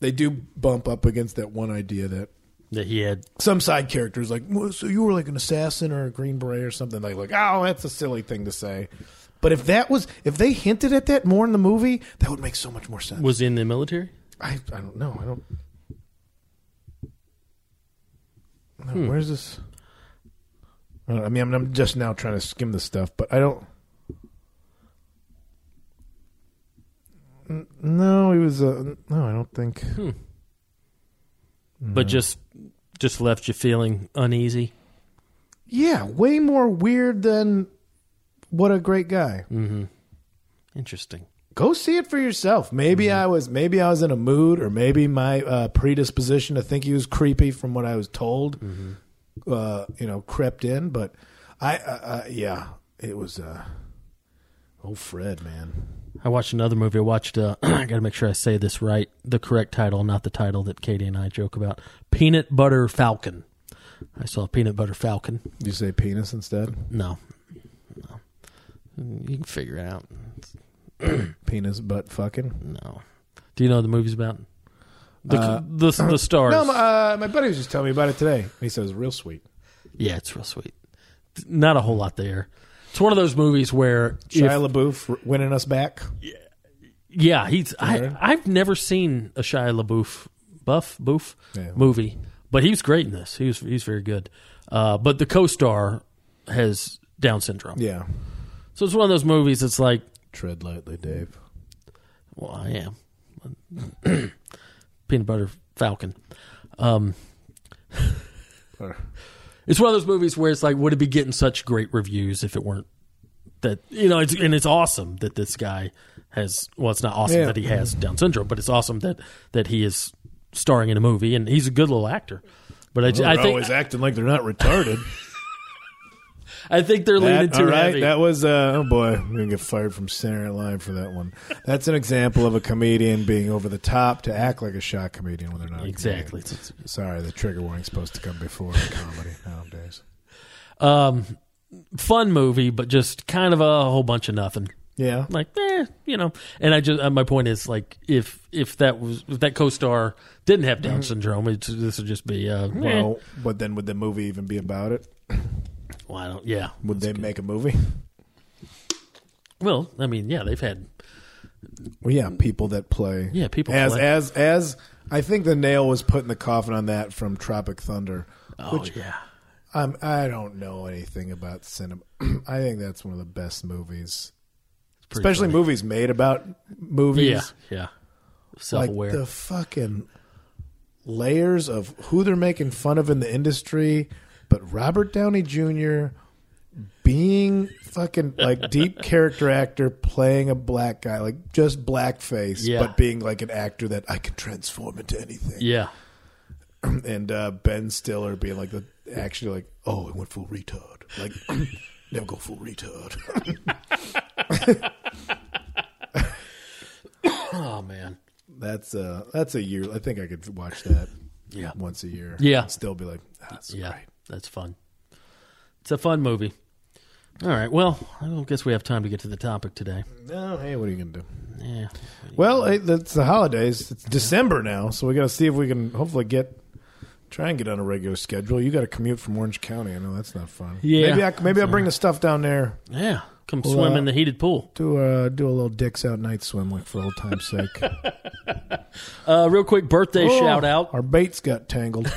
They do bump up against that one idea that That he had some side characters like "Well, so you were like an assassin or a green beret or something like like oh that's a silly thing to say but if that was if they hinted at that more in the movie that would make so much more sense was in the military? I, I don't know i don't No, where's this I, don't- I mean I'm, I'm just now trying to skim this stuff but i don't N- no he was a no i don't think But just just left you feeling uneasy. yeah way more weird than what a great guy Interesting. go see it for yourself. Maybe I was maybe I was in a mood, or maybe my uh, predisposition to think he was creepy from what I was told, uh, you know, crept in. But I, uh, uh, yeah, it was. Uh, oh, Fred, man. I watched another movie. I watched uh I gotta make sure I say this right, the correct title, not the title that Katie and I joke about. Peanut Butter Falcon. I saw Peanut Butter Falcon. Did you say penis instead? No. No. You can figure it out. Penis butt fucking. No. Uh, Do you know what the movie's about? The the, the stars. No, my, uh, my buddy was just telling me about it today. He said it was real sweet. yeah, it's real sweet. not a whole lot there. It's one of those movies where, if- Shia LaBeouf r- winning us back. yeah, he's. I, I've never seen a Shia LaBeouf buff boof Yeah. movie, but he was great in this. He was he's very good. Uh, but the co-star has Down syndrome, Yeah. so it's one of those movies. It's like, Tread lightly, Dave. well, I am peanut butter falcon. Or- It's one of those movies where it's like, would it be getting such great reviews if it weren't that you know? It's, and it's awesome that this guy has. Well, it's not awesome Yeah. that he has Down syndrome, but it's awesome that that he is starring in a movie, and he's a good little actor. But I, ju- I They're think always acting like they're not retarded. I think they're leaning that, too all right, heavy. that was uh, oh boy, I'm gonna get fired from Saturday Night Live for that one. That's an example of a comedian being over the top to act like a shock comedian when they're not. a exactly. comedian. Sorry, the trigger warning's supposed to come before comedy nowadays. Fun movie, but just kind of a whole bunch of nothing. Yeah, like eh, you know. And I just uh, my point is like if if that was if that co-star didn't have Down syndrome, it's, this would just be uh, well, Well, but then would the movie even be about it? well, I don't, yeah. Would they make a movie? Well, I mean, yeah, they've had Well, yeah, people that play. Yeah, people as play. as as I think the nail was put in the coffin on that from Tropic Thunder. oh yeah, Um, I don't know anything about cinema. I think that's one of the best movies, pretty especially funny. movies made about movies. yeah, yeah, like self-aware. the fucking layers of who they're making fun of in the industry, but Robert Downey Jr. being fucking like deep character actor playing a black guy, like just blackface, Yeah. but being like an actor that I can transform into anything. yeah, And uh, Ben Stiller being like the actually like, oh, I went full retard. Like never go full retard. oh man, that's uh that's a year. I think I could watch that yeah, once a year. Yeah. And still be like, that's yeah, great. that's fun. It's a fun movie. All right, well, I don't guess we have time to get to the topic today. No, hey, what are you gonna do? Yeah, Well, it, it's the holidays. It's December now, so we got to see if we can hopefully get try and get on a regular schedule. You got to commute from Orange County. I know that's not fun. Yeah. maybe I, maybe I'll bring the stuff down there. yeah. Come Well, swim uh, in the heated pool. Do uh, do a little dicks out night swim, like for old time's sake. Uh, real quick, birthday Oh, shout out. Our baits got tangled.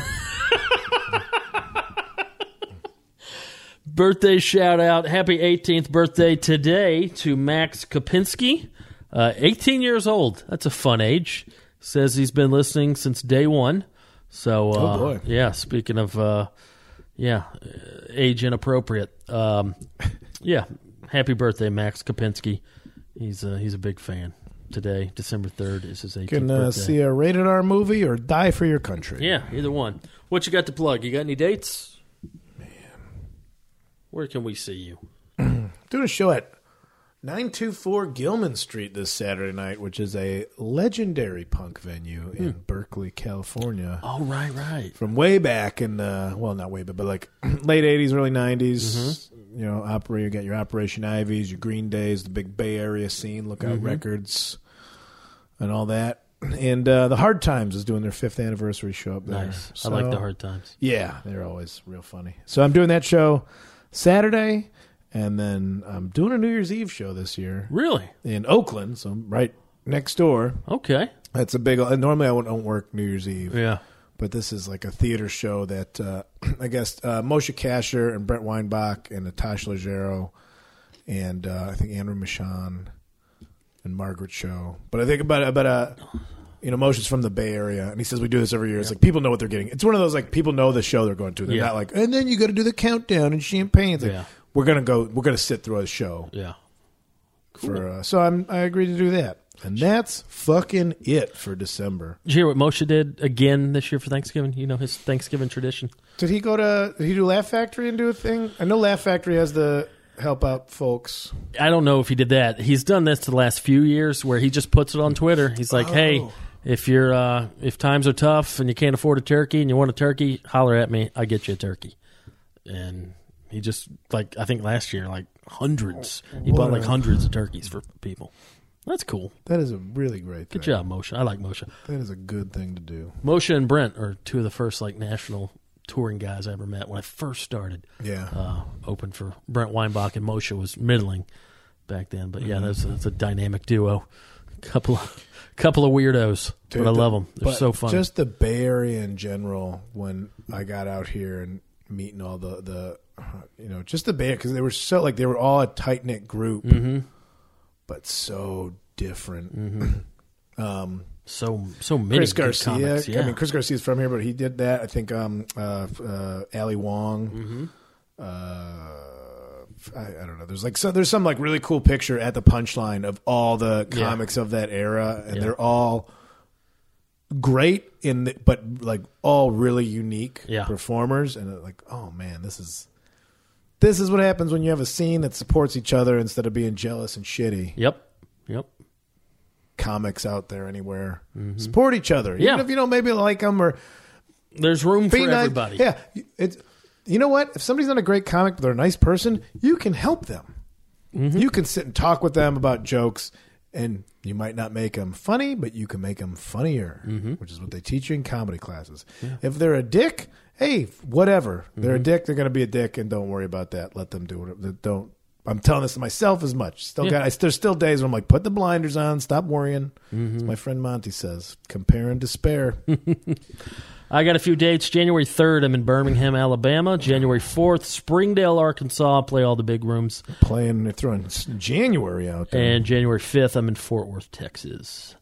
Birthday shout out. Happy 18th birthday today to Max Kopinski, uh, 18 years old. That's a fun age. Says he's been listening since day one. So, uh, Oh, boy. yeah, speaking of, uh, yeah, uh, age inappropriate. Um, yeah, happy birthday, Max Kopinski. He's uh, he's a big fan. Today, December 3rd, is his 18th Can uh, birthday. see a rated R movie or die for your country. Yeah, either one. What you got to plug? You got any dates? Man. Where can we see you? doing a show at 924 Gilman Street this Saturday night, which is a legendary punk venue Hmm. in Berkeley, California. Oh, right, right. from way back in the well, not way back, but like late '80s, early '90s. Mm-hmm. You know, opera. You got your Operation Ivies, your Green Days, the big Bay Area scene, Lookout Mm-hmm. Records, and all that. And uh, the Hard Times is doing their fifth anniversary show up there. Nice. I like So- the hard times. Yeah, they're always real funny. So I'm doing that show Saturday, and then I'm doing a New Year's Eve show this year Really? in Oakland. So I'm right next door. Okay. That's a big. Normally I don't work New Year's Eve Yeah. but this is like a theater show that uh, I guess uh, Moshe Kasher and Brett Weinbach and Natasha Leggero and uh, I think Andrew Michon and Margaret Show. But I think about about uh you know Moshe's from the Bay Area and he says we do this every year. It's like people know what they're getting. It's one of those like people know the show they're going to. They're Yeah. not like and then you got to do the countdown and champagne. It's like, Yeah. We're gonna go. We're gonna sit through a show Yeah. for. Uh, so I'm I agreed to do that. And that's fucking it for December. Did you hear what Moshe did again this year for Thanksgiving? You know his Thanksgiving tradition. Did he go to? Did he do Laugh Factory and do a thing? I know Laugh Factory has the help out folks. I don't know if he did that. He's done this the last few years where he just puts it on Twitter. He's like, "Hey, if you're uh, if times are tough and you can't afford a turkey and you want a turkey, holler at me. I get you a turkey." And he just like I think last year like hundreds. He bought like hundreds of turkeys for people. That's cool. That is a really great. Good thing. job, Moshe. I like Moshe. That is a good thing to do. Moshe and Brent are two of the first like national touring guys I ever met when I first started. Yeah. Uh, open for Brent Weinbach and Moshe was middling back then, but Mm-hmm. yeah, that's, that's a dynamic duo. Couple, of, couple of weirdos, Dude, but I the- love them. They're but so fun. Just the Bay Area in general. When I got out here and meeting all the the, you know, just the Bay because they were so like they were all a tight knit group, Mm-hmm. but so different. so so many Chris good Garcia. comics. Yeah. I mean, Chris Garcia's from here, but he did that. I think um uh, f- uh Ali Wong. Mm-hmm. Uh, f- I, I don't know. There's like so there's some like really cool picture at the punchline of all the Yeah. comics of that era, and Yeah. they're all great in the, but like all really unique Yeah. performers, and uh, like oh man, this is. This is what happens when you have a scene that supports each other instead of being jealous and shitty yep, yep. comics out there anywhere. Support each other, Mm-hmm. Yeah. even if you don't maybe like them or There's room for be nice. everybody. Yeah, it's you know what? If somebody's not a great comic but they're a nice person, you can help them. Mm-hmm. You can sit and talk with them about jokes, and you might not make them funny, but you can make them funnier, Mm-hmm. which is what they teach you in comedy classes. If they're a dick, hey, whatever. They're a Mm-hmm. dick. They're going to be a dick, and don't worry about that. Let them do whatever. Don't. I'm telling this to myself as much. Still Yeah. got. I, there's still days when I'm like, put the blinders on, stop worrying. Mm-hmm. As my friend Monty says, compare and despair. I got a few dates. January 3rd, I'm in Birmingham, Alabama. January 4th, Springdale, Arkansas. Play all the big rooms. Playing, throwing January out there. And January 5th, I'm in Fort Worth, Texas.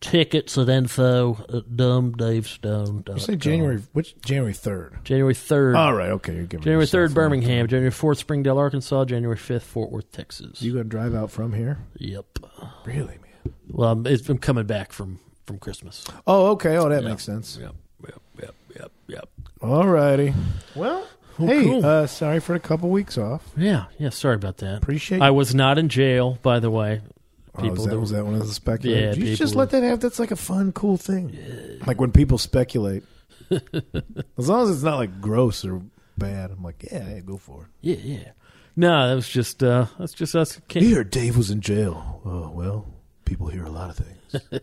Tickets and info at dumbdavestone.com. Say January, which January third. January 3rd. All right, okay, you're giving January yourself 3rd, a- Birmingham. January 4th, Springdale, Arkansas. January 5th, Fort Worth, Texas. You gonna drive out from here? Yep. Really, man? Well, I'm, it's, I'm coming back from, from Christmas. Oh, okay. Oh, that makes sense. Yep, yep, yep, yep, yep. All righty. Well, hey, cool. uh, sorry for a couple weeks off. Yeah, yeah, sorry about that. Appreciate- I was not in jail, by the way. Oh, is that, was that one of the Yeah, speculations? you just people- let that have. That's like a fun, cool thing. Like when people speculate. as long as it's not like gross or bad, I'm like, yeah, hey, go for it. Yeah, yeah. No, that was just uh that's just us can't, Here, Dave was in jail. Oh well, people hear a lot of things.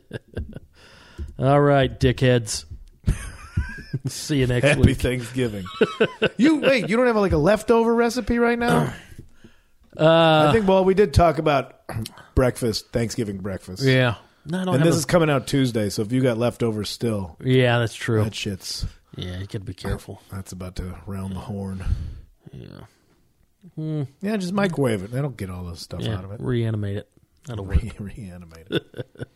All right, dickheads. See you next Happy week. Thanksgiving. you wait. You don't have like a leftover recipe right now. I Uh think. Well, we did talk about breakfast, Thanksgiving breakfast. yeah. No, I don't and have this a- is coming out Tuesday, so if you got leftovers still, Yeah, that's true. that shit's yeah, you gotta be careful. that's about to round the horn. Yeah. Hmm. Yeah, just microwave it. That'll get all the stuff Yeah. out of it. Reanimate it. That'll work. Re- reanimate it.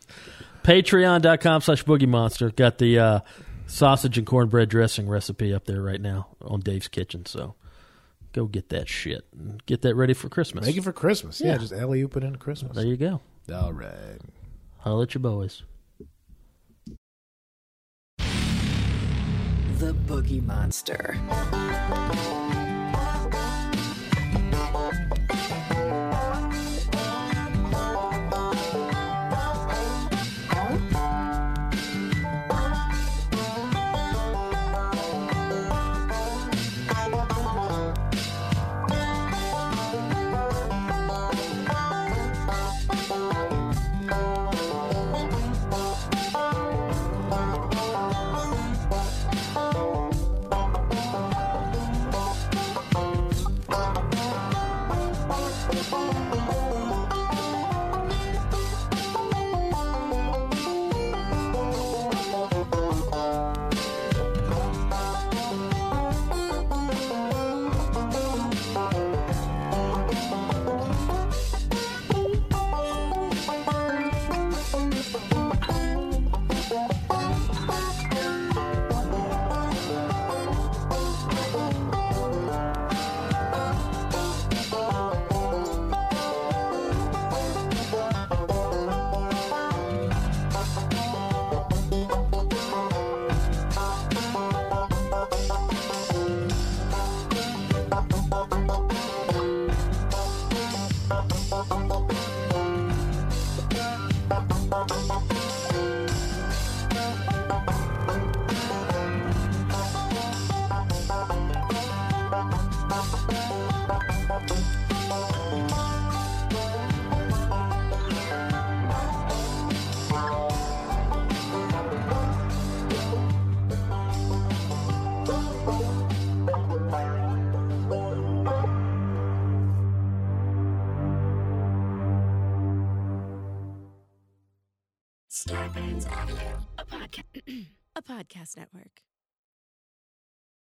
Patreon.com slash boogie monster. Got the uh sausage and cornbread dressing recipe up there right now on Dave's kitchen, so go get that shit and get that ready for Christmas. Make it for Christmas. Yeah, Yeah. just alley oop it in Christmas. there you go. All right. Holla at your boys. The Boogie Monster. Thank Scarpins Avenue, a podcast, a podcast network.